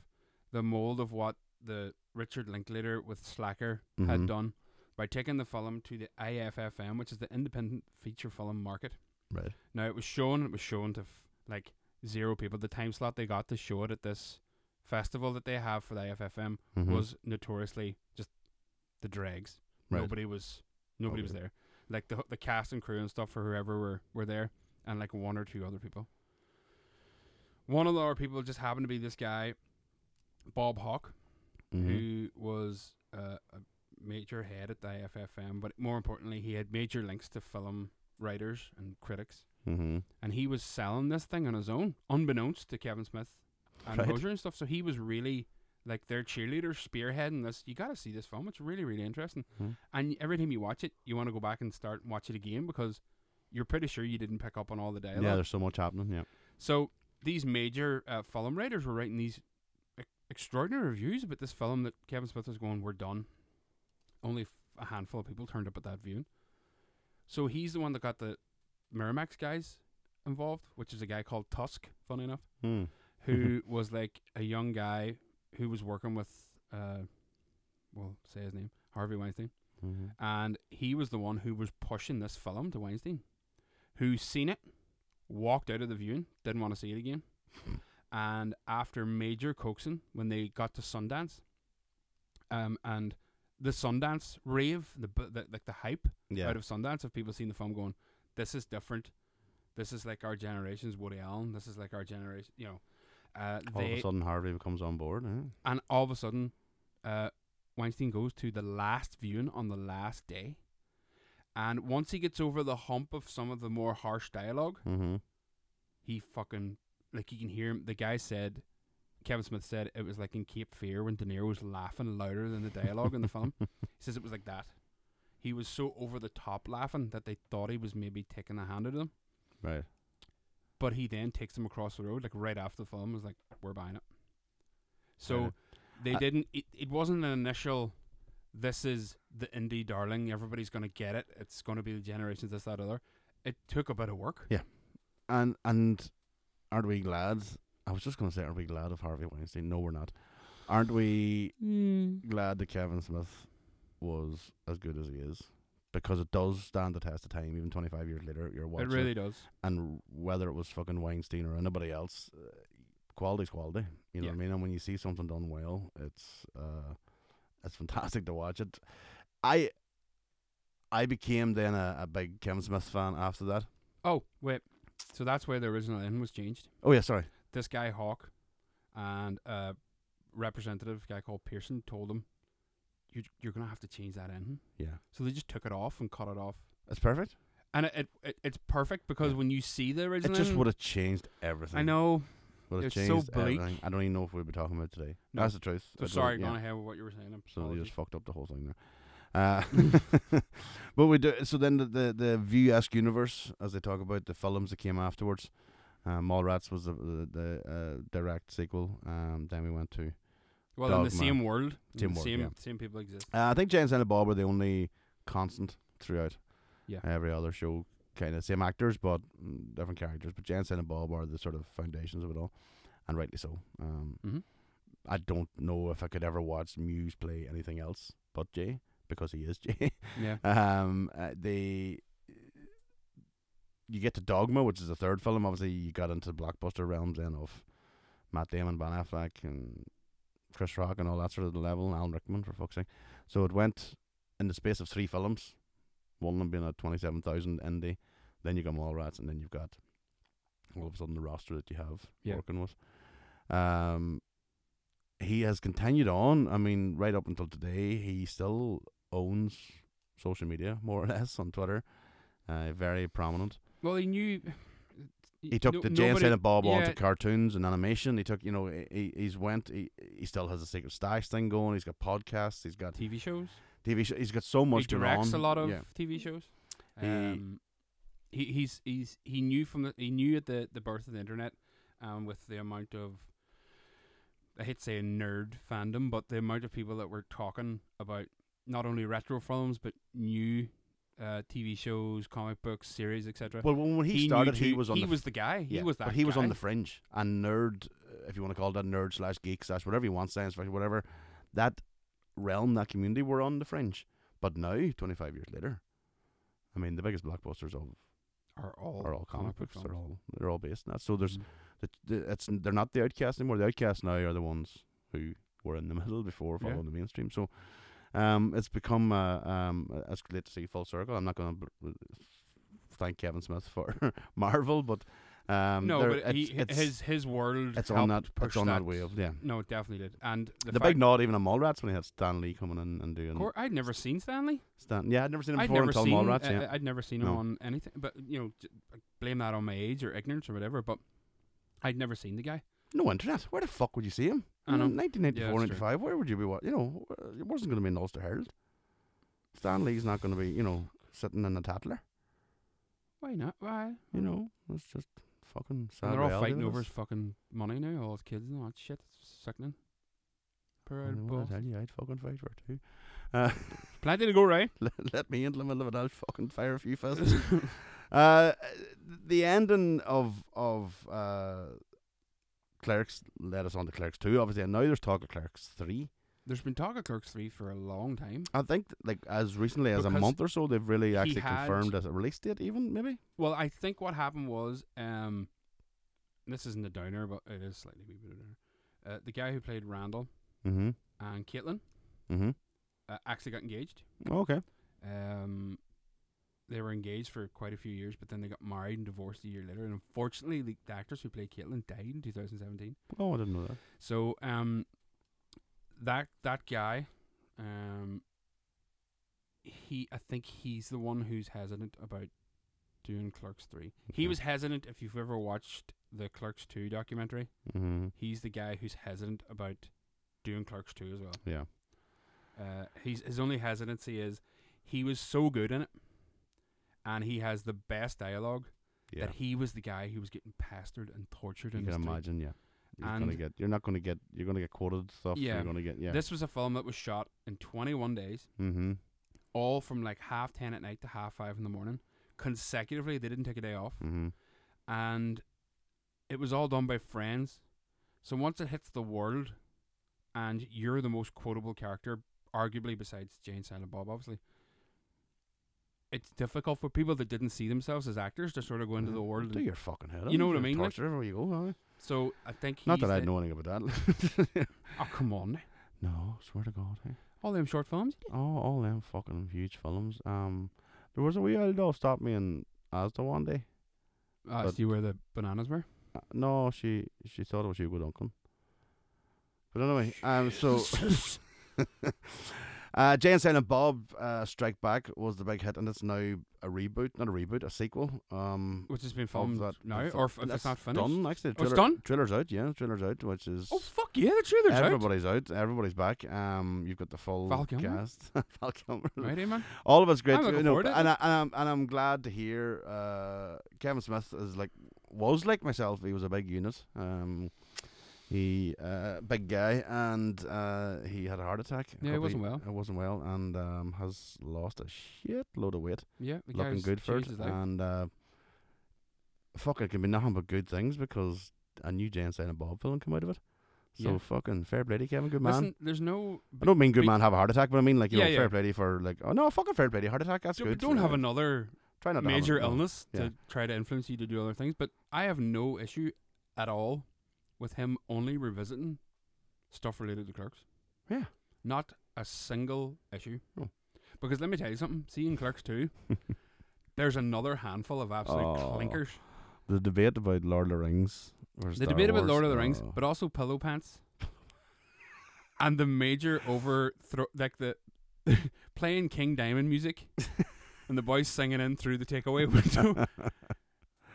[SPEAKER 8] the mold of what the Richard Linklater with Slacker
[SPEAKER 7] Mhm.
[SPEAKER 8] had done by taking the film to the IFFM, which is the Independent Feature Film Market.
[SPEAKER 7] Right.
[SPEAKER 8] Now it was shown. It was shown to f- like zero people. The time slot they got to show it at this festival that they have for the IFFM
[SPEAKER 7] Mhm.
[SPEAKER 8] was notoriously just the drags.
[SPEAKER 7] Right.
[SPEAKER 8] Nobody was nobody was
[SPEAKER 7] Okay.
[SPEAKER 8] there. Like the the cast and crew and stuff for whoever were were there, and like one or two other people. One of the other people just happened to be this guy, Bob Hawk,
[SPEAKER 7] Mhm.
[SPEAKER 8] who was uh, a major head at the IFFM, but more importantly, he had major links to film writers and critics
[SPEAKER 7] Mhm.
[SPEAKER 8] and he was selling this thing on his own, unbeknownst to Kevin Smith, and
[SPEAKER 7] Right.
[SPEAKER 8] Mosier and stuff. So he was really like their cheerleader spearheading this. You got to see this film. It's really really interesting. And every time you watch it, you want to go back and start and watch it again because you're pretty sure you didn't pick up on all the dialogue.
[SPEAKER 7] Yeah, there's so much happening. Yeah.
[SPEAKER 8] So these major uh, film writers were writing these e- extraordinary reviews about this film that Kevin Smith was going, "We're done." Only f- a handful of people turned up at that viewing. So he's the one that got the Miramax guys involved, which is a guy called Tusk. Funny enough,
[SPEAKER 7] Hmm.
[SPEAKER 8] who was like a young guy who was working with, uh, well, say his name, Harvey Weinstein Mm-hmm.
[SPEAKER 7] hmm
[SPEAKER 8] and he was the one who was pushing this film to Weinstein, who seen it, walked out of the viewing, didn't want to see it again, and after major coaxing, when they got to Sundance, um, and the Sundance rave, the, bu- the like the hype
[SPEAKER 7] Yeah.
[SPEAKER 8] out of Sundance of people seeing the film going, this is different, this is like our generation's Woody Allen, this is like our generation, you know, uh,
[SPEAKER 7] All of
[SPEAKER 8] they
[SPEAKER 7] a sudden, Harvey comes on board. eh?
[SPEAKER 8] and all of a sudden, uh, Weinstein goes to the last viewing on the last day. And once he gets over the hump of some of the more harsh dialogue,
[SPEAKER 7] Mm-hmm.
[SPEAKER 8] he fucking like you can hear him. The guy said, Kevin Smith said it was like in Cape Fear when De Niro was laughing louder than the dialogue in the film. He says it was like that. He was so over the top laughing that they thought he was maybe taking a hand at them.
[SPEAKER 7] Right.
[SPEAKER 8] But he then takes them across the road, like right after the film, was like, "We're buying it." So
[SPEAKER 7] Right.
[SPEAKER 8] they
[SPEAKER 7] I-
[SPEAKER 8] didn't. It, it wasn't an initial. This is the indie darling. Everybody's gonna get it. It's gonna be the generations this that other. It took a bit of work.
[SPEAKER 7] And and aren't we glad? I was just gonna say, aren't we glad of Harvey Weinstein? No, we're not. Aren't we glad that Kevin Smith was as good as he is? Because it does stand the test of time, even 25 years later, you're watching.
[SPEAKER 8] it really does.
[SPEAKER 7] and whether it was fucking Weinstein or anybody else, uh, quality's quality. You know what I mean? And when you see something done well, it's uh, it's fantastic to watch it. I I became then a, a big Kevin Smith fan after that.
[SPEAKER 8] Oh wait, so that's where the original end was changed.
[SPEAKER 7] Oh yeah, sorry.
[SPEAKER 8] This guy Hawk, and a representative guy called Pearson told him, "You you're gonna have to change that end."
[SPEAKER 7] Yeah,
[SPEAKER 8] So they just took it off and cut it off.
[SPEAKER 7] it's perfect.
[SPEAKER 8] And it, it, it it's perfect because
[SPEAKER 7] Yeah.
[SPEAKER 8] when you see the
[SPEAKER 7] It
[SPEAKER 8] original,
[SPEAKER 7] just
[SPEAKER 8] end-
[SPEAKER 7] would have changed everything.
[SPEAKER 8] I know.
[SPEAKER 7] would have
[SPEAKER 8] it's so
[SPEAKER 7] changed
[SPEAKER 8] bleak.
[SPEAKER 7] everything. I don't even know if we'd be talking about it today.
[SPEAKER 8] No.
[SPEAKER 7] That's the truth. I
[SPEAKER 8] So
[SPEAKER 7] don't-
[SPEAKER 8] sorry,
[SPEAKER 7] yeah.
[SPEAKER 8] gone ahead with what you were saying. I'm
[SPEAKER 7] So they
[SPEAKER 8] apologies.
[SPEAKER 7] just fucked up the whole thing there. Uh, but we do. So then the the, the View esque universe, as they talk about the films that came afterwards. Uh, Mallrats was the the, the uh, direct sequel. Um, then we went to.
[SPEAKER 8] well in the
[SPEAKER 7] Dogma.
[SPEAKER 8] same world,
[SPEAKER 7] Same
[SPEAKER 8] the
[SPEAKER 7] world,
[SPEAKER 8] same
[SPEAKER 7] yeah.
[SPEAKER 8] same people exist.
[SPEAKER 7] Uh, I think James and Bob were the only constant throughout.
[SPEAKER 8] Yeah.
[SPEAKER 7] Every other show, kind of same actors, but mm, different characters. But James and Bob are the sort of foundations of it all, and rightly so. Um,
[SPEAKER 8] Mhm.
[SPEAKER 7] I don't know if I could ever watch Muse play anything else but Jay because he is Jay.
[SPEAKER 8] Yeah,
[SPEAKER 7] Um, uh, they you get to Dogma, which is the third film. Obviously, you got into the blockbuster realms then of Matt Damon, Ben Affleck, and Chris Rock, and all that sort of level, and Alan Rickman for fuck's sake. So it went in the space of three films, one of them being a twenty-seven thousand indie. Then you got Mallrats, and then you've got all of a sudden the roster that you have
[SPEAKER 8] Yeah.
[SPEAKER 7] working with. Um, he has continued on. I mean, right up until today, he still owns social media more or less on Twitter. Uh, very prominent.
[SPEAKER 8] well he knew.
[SPEAKER 7] He took
[SPEAKER 8] no-
[SPEAKER 7] the Jay and
[SPEAKER 8] nobody-
[SPEAKER 7] Silent Bob onto
[SPEAKER 8] yeah.
[SPEAKER 7] cartoons and animation. He took, you know, he- he, he's went. He, he still has a Secret Stash thing going. He's got podcasts. He's got
[SPEAKER 8] TV shows.
[SPEAKER 7] TV. Show, he's got so much.
[SPEAKER 8] he directs
[SPEAKER 7] going on.
[SPEAKER 8] a lot of
[SPEAKER 7] Yeah.
[SPEAKER 8] TV shows.
[SPEAKER 7] He-
[SPEAKER 8] Um, he he's he's he knew from the he knew at the the birth of the internet, um, with the amount of I hate saying nerd fandom, but the amount of people that were talking about not only retro films but new uh, TV shows, comic books, series, etc.
[SPEAKER 7] Well, when when he,
[SPEAKER 8] knew
[SPEAKER 7] started, he
[SPEAKER 8] who-
[SPEAKER 7] was on.
[SPEAKER 8] he
[SPEAKER 7] the,
[SPEAKER 8] was the guy.
[SPEAKER 7] yeah,
[SPEAKER 8] he was that.
[SPEAKER 7] but he was on
[SPEAKER 8] guy.
[SPEAKER 7] the fringe and nerd, uh, if you want to call it that, nerd slash geek slash whatever you want, science fiction, whatever. That realm, that community, were on the fringe. But now, twenty five years later, I mean, the biggest blockbusters of
[SPEAKER 8] are all
[SPEAKER 7] are all comic books. They're
[SPEAKER 8] films.
[SPEAKER 7] all they're all based on that. So there's
[SPEAKER 8] Mhm.
[SPEAKER 7] the, the, it's they're not the outcasts anymore. The outcasts now are the ones who were in the middle before
[SPEAKER 8] Yeah.
[SPEAKER 7] following the mainstream. So um, it's become uh, um, uh, it's great to see full circle. I'm not going to thank Kevin Smith for Marvel, but um,
[SPEAKER 8] no,
[SPEAKER 7] there-
[SPEAKER 8] but
[SPEAKER 7] it's,
[SPEAKER 8] he,
[SPEAKER 7] it's,
[SPEAKER 8] his his world
[SPEAKER 7] it's on that
[SPEAKER 8] helped push
[SPEAKER 7] it's on that, wave. Yeah,
[SPEAKER 8] No, it definitely did. And the,
[SPEAKER 7] the,
[SPEAKER 8] fact-
[SPEAKER 7] big nod even on Mallrats when he had Stan Lee coming in and doing
[SPEAKER 8] Cor- I'd never seen Stanley.
[SPEAKER 7] Stan. Yeah, I'd never seen him
[SPEAKER 8] I'd
[SPEAKER 7] before
[SPEAKER 8] never
[SPEAKER 7] until
[SPEAKER 8] seen.
[SPEAKER 7] Mallrats.
[SPEAKER 8] uh,
[SPEAKER 7] yeah,
[SPEAKER 8] I'd never seen him
[SPEAKER 7] No.
[SPEAKER 8] on anything. But you know, j- blame that on my age or ignorance or whatever. But I'd never seen the guy.
[SPEAKER 7] No internet. Where the fuck would you see him?
[SPEAKER 8] I know.
[SPEAKER 7] In 1994,
[SPEAKER 8] Yeah, that's true.
[SPEAKER 7] 95, where would you be? What you know, uh, it wasn't going to be an Ulster Herald. Stan Lee's not going to be, you know, sitting in a tattler.
[SPEAKER 8] Why not? Why?
[SPEAKER 7] You know, that's just fucking sad.
[SPEAKER 8] And they're all
[SPEAKER 7] reality
[SPEAKER 8] fighting
[SPEAKER 7] of
[SPEAKER 8] over
[SPEAKER 7] this.
[SPEAKER 8] his fucking money now. All his kids and all that shit. It's sickening. Poor
[SPEAKER 7] I
[SPEAKER 8] old
[SPEAKER 7] know, I
[SPEAKER 8] boss.
[SPEAKER 7] tell you, I'd fucking fight for it too. Uh,
[SPEAKER 8] Plenty to go right.
[SPEAKER 7] let, let me into the middle of it, I'll fucking fire a few fists. uh, the ending of of uh, Clerks led us on to Clerks 2, obviously, and now there's talk of Clerks 3.
[SPEAKER 8] There's been talk of Clerks three for a long time.
[SPEAKER 7] I think, like, as recently as a
[SPEAKER 8] Because
[SPEAKER 7] month or so, they've really
[SPEAKER 8] he
[SPEAKER 7] actually
[SPEAKER 8] had-
[SPEAKER 7] confirmed a release date, even, maybe?
[SPEAKER 8] Well, I think what happened was, um, this isn't a downer, but it is slightly wee bit of a downer. Uh, the guy who played Randall
[SPEAKER 7] Mm-hmm.
[SPEAKER 8] and Caitlin
[SPEAKER 7] Mm-hmm. Oh,
[SPEAKER 8] uh, actually got engaged.
[SPEAKER 7] Okay.
[SPEAKER 8] Um, they were engaged for quite a few years, but then they got married and divorced a year later. And unfortunately, the, the actress who played Caitlin died in 2017.
[SPEAKER 7] Oh, I didn't know that.
[SPEAKER 8] So um, that that guy, um, he I think he's the one who's hesitant about doing Clerks three. He
[SPEAKER 7] Okay.
[SPEAKER 8] was hesitant. If you've ever watched the Clerks two documentary,
[SPEAKER 7] Mm-hmm.
[SPEAKER 8] he's the guy who's hesitant about doing Clerks two as well.
[SPEAKER 7] Yeah.
[SPEAKER 8] Uh, he's his only hesitancy is he was so good in it, and he has the best dialogue
[SPEAKER 7] Yeah.
[SPEAKER 8] that he was the guy who was getting pestered and tortured.
[SPEAKER 7] You
[SPEAKER 8] in
[SPEAKER 7] can
[SPEAKER 8] his sleep.
[SPEAKER 7] imagine, yeah. You're gonna
[SPEAKER 8] And-
[SPEAKER 7] get. You're not gonna get. You're gonna get quoted stuff.
[SPEAKER 8] Yeah.
[SPEAKER 7] You're gonna get. Yeah.
[SPEAKER 8] This was a film that was shot in 21 days,
[SPEAKER 7] Mm-hmm.
[SPEAKER 8] all from like half 10 at night to half 5 in the morning. Consecutively, they didn't take a day off.
[SPEAKER 7] Mm-hmm.
[SPEAKER 8] And it was all done by friends. So once it hits the world and you're the most quotable character, arguably besides Jane Silent Bob, obviously, it's difficult for people that didn't see themselves as actors to sort of go into the world.
[SPEAKER 7] Mm-hmm. Do
[SPEAKER 8] and-
[SPEAKER 7] your fucking head.
[SPEAKER 8] You know
[SPEAKER 7] in,
[SPEAKER 8] what I
[SPEAKER 7] you're
[SPEAKER 8] mean, like-
[SPEAKER 7] Torture everywhere you go. aye.
[SPEAKER 8] So I think he's
[SPEAKER 7] Not that I
[SPEAKER 8] the-
[SPEAKER 7] know anything about that.
[SPEAKER 8] Oh, come on. now.
[SPEAKER 7] no, swear to God. eh.
[SPEAKER 8] All them short films.
[SPEAKER 7] Oh, all them fucking huge films. Um, there was a wee old doll stopped me in Asda one day.
[SPEAKER 8] Ah,
[SPEAKER 7] But-
[SPEAKER 8] see where the bananas were?
[SPEAKER 7] Uh, no, she she thought it was you good uncle. But anyway, um, so. Uh, Jay and Silent Bob uh, Strike Back was the big hit, and it's now a reboot, not a reboot, a sequel. Um,
[SPEAKER 8] Which has been
[SPEAKER 7] of
[SPEAKER 8] filmed
[SPEAKER 7] that-
[SPEAKER 8] now,
[SPEAKER 7] of that-
[SPEAKER 8] or if, if
[SPEAKER 7] that's
[SPEAKER 8] it's not finished.
[SPEAKER 7] Done actually. The
[SPEAKER 8] Oh, it's
[SPEAKER 7] trailer-
[SPEAKER 8] done?
[SPEAKER 7] Trailer's out, yeah. Trailer's out, which is
[SPEAKER 8] Oh fuck yeah, the trailer's out.
[SPEAKER 7] everybody's out. Everybody's back. Um, you've got the full
[SPEAKER 8] Val Kilmer?
[SPEAKER 7] cast. Val Kilmer.
[SPEAKER 8] Right, eh, man.
[SPEAKER 7] All of it's great.
[SPEAKER 8] I'm looking
[SPEAKER 7] you know,
[SPEAKER 8] forward to it.
[SPEAKER 7] and I, and I'm and I'm glad to hear uh, Kevin Smith is like was like myself. He was a big unit. Um, he uh, big guy, and uh, he had a heart attack. a
[SPEAKER 8] Yeah, he
[SPEAKER 7] couple
[SPEAKER 8] wasn't
[SPEAKER 7] of-
[SPEAKER 8] well.
[SPEAKER 7] He wasn't well, and um, has lost a shit load of weight
[SPEAKER 8] Yeah, the
[SPEAKER 7] looking
[SPEAKER 8] guy's
[SPEAKER 7] good for it.
[SPEAKER 8] changed his life.
[SPEAKER 7] And uh, fuck, it can be nothing but good things because a new Jane Silent Bob film come out of it. So
[SPEAKER 8] Yeah.
[SPEAKER 7] fucking fair play to you, Kevin Goodman.
[SPEAKER 8] Listen, there's no.
[SPEAKER 7] Uh, I don't mean good
[SPEAKER 8] be-
[SPEAKER 7] man have a heart attack, but I mean like you
[SPEAKER 8] Yeah,
[SPEAKER 7] know
[SPEAKER 8] yeah.
[SPEAKER 7] fair play to you for like oh no fucking fair play to you, heart attack that's
[SPEAKER 8] don't-
[SPEAKER 7] good.
[SPEAKER 8] don't have
[SPEAKER 7] Uh,
[SPEAKER 8] another
[SPEAKER 7] try not to have
[SPEAKER 8] major
[SPEAKER 7] it, no.
[SPEAKER 8] illness
[SPEAKER 7] Yeah.
[SPEAKER 8] to try to influence you to do other things. But I have no issue at all with him only revisiting stuff related to Clerks.
[SPEAKER 7] Yeah. Oh.
[SPEAKER 8] Not a single issue.
[SPEAKER 7] No.
[SPEAKER 8] Because let me tell you something. Seeing Clerks too, there's another handful of absolute
[SPEAKER 7] Oh.
[SPEAKER 8] clinkers.
[SPEAKER 7] The debate about Lord of the Rings. versus
[SPEAKER 8] The
[SPEAKER 7] Star
[SPEAKER 8] debate about
[SPEAKER 7] Wars,
[SPEAKER 8] Lord of the Rings,
[SPEAKER 7] oh.
[SPEAKER 8] but also Pillow Pants, and the major overthrow, like the playing King Diamond music, and the boys singing in through the takeaway window,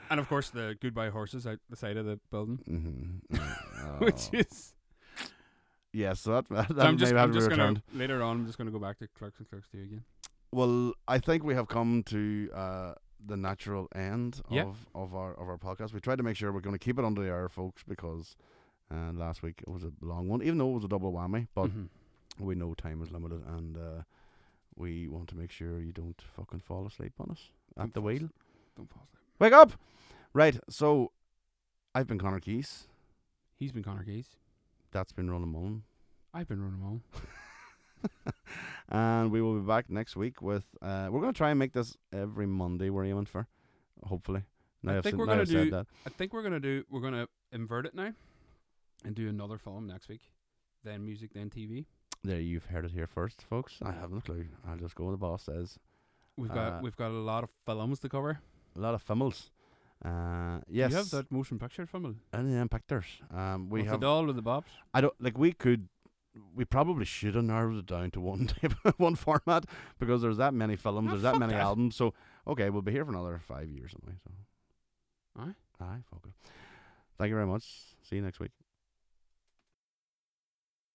[SPEAKER 8] and of course the Goodbye Horses out the side of the building,
[SPEAKER 7] Mhm. Mm,
[SPEAKER 8] which
[SPEAKER 7] oh.
[SPEAKER 8] is.
[SPEAKER 7] yeah, so that, that
[SPEAKER 8] So I'm just,
[SPEAKER 7] maybe have
[SPEAKER 8] I'm
[SPEAKER 7] to
[SPEAKER 8] just
[SPEAKER 7] be
[SPEAKER 8] gonna
[SPEAKER 7] returned.
[SPEAKER 8] later on. I'm just gonna go back to Clerks and Clerks Two again.
[SPEAKER 7] Well, I think we have come to uh, the natural end
[SPEAKER 8] Yeah.
[SPEAKER 7] of, of our of our podcast. We tried to make sure we're going to keep it under the hour, folks, because uh, last week it was a long one, even though it was a double whammy. But
[SPEAKER 8] Mhm.
[SPEAKER 7] we know time is limited, and uh, we want to make sure you don't fucking fall asleep on us
[SPEAKER 8] Don't
[SPEAKER 7] at the
[SPEAKER 8] fall
[SPEAKER 7] wheel.
[SPEAKER 8] Don't fall asleep.
[SPEAKER 7] Wake up! Right. So I've been Connor Keys.
[SPEAKER 8] He's been Connor Gaze.
[SPEAKER 7] That's been Ronan Mullen.
[SPEAKER 8] I've been running on.
[SPEAKER 7] and we will be back next week with. Uh, we're going to try and make this every Monday. We're aiming for, hopefully. Now
[SPEAKER 8] I
[SPEAKER 7] I've
[SPEAKER 8] think
[SPEAKER 7] said-
[SPEAKER 8] we're
[SPEAKER 7] now
[SPEAKER 8] gonna
[SPEAKER 7] I've said
[SPEAKER 8] do-
[SPEAKER 7] that.
[SPEAKER 8] I think we're gonna do. We're gonna invert it now, and do another film next week, then music, then TV.
[SPEAKER 7] There, you've heard it here first, folks. I have no clue. I'll just go where the boss says.
[SPEAKER 8] We've got
[SPEAKER 7] Uh,
[SPEAKER 8] we've got a lot of films to cover.
[SPEAKER 7] A lot of fimmels. Uh,
[SPEAKER 8] You
[SPEAKER 7] yes,
[SPEAKER 8] have that motion picture film.
[SPEAKER 7] and then pictures. Um, we
[SPEAKER 8] with
[SPEAKER 7] have.
[SPEAKER 8] the doll with the bops.
[SPEAKER 7] I don't like. We could. We probably should have narrowed it down to one type, one format, because there's that many films,
[SPEAKER 8] Ah,
[SPEAKER 7] there's that
[SPEAKER 8] fuck
[SPEAKER 7] many
[SPEAKER 8] that.
[SPEAKER 7] albums. So okay, we'll be here for another five years, anyway. So
[SPEAKER 8] Aye.
[SPEAKER 7] aye, fuck it. Thank you very much. See you next week.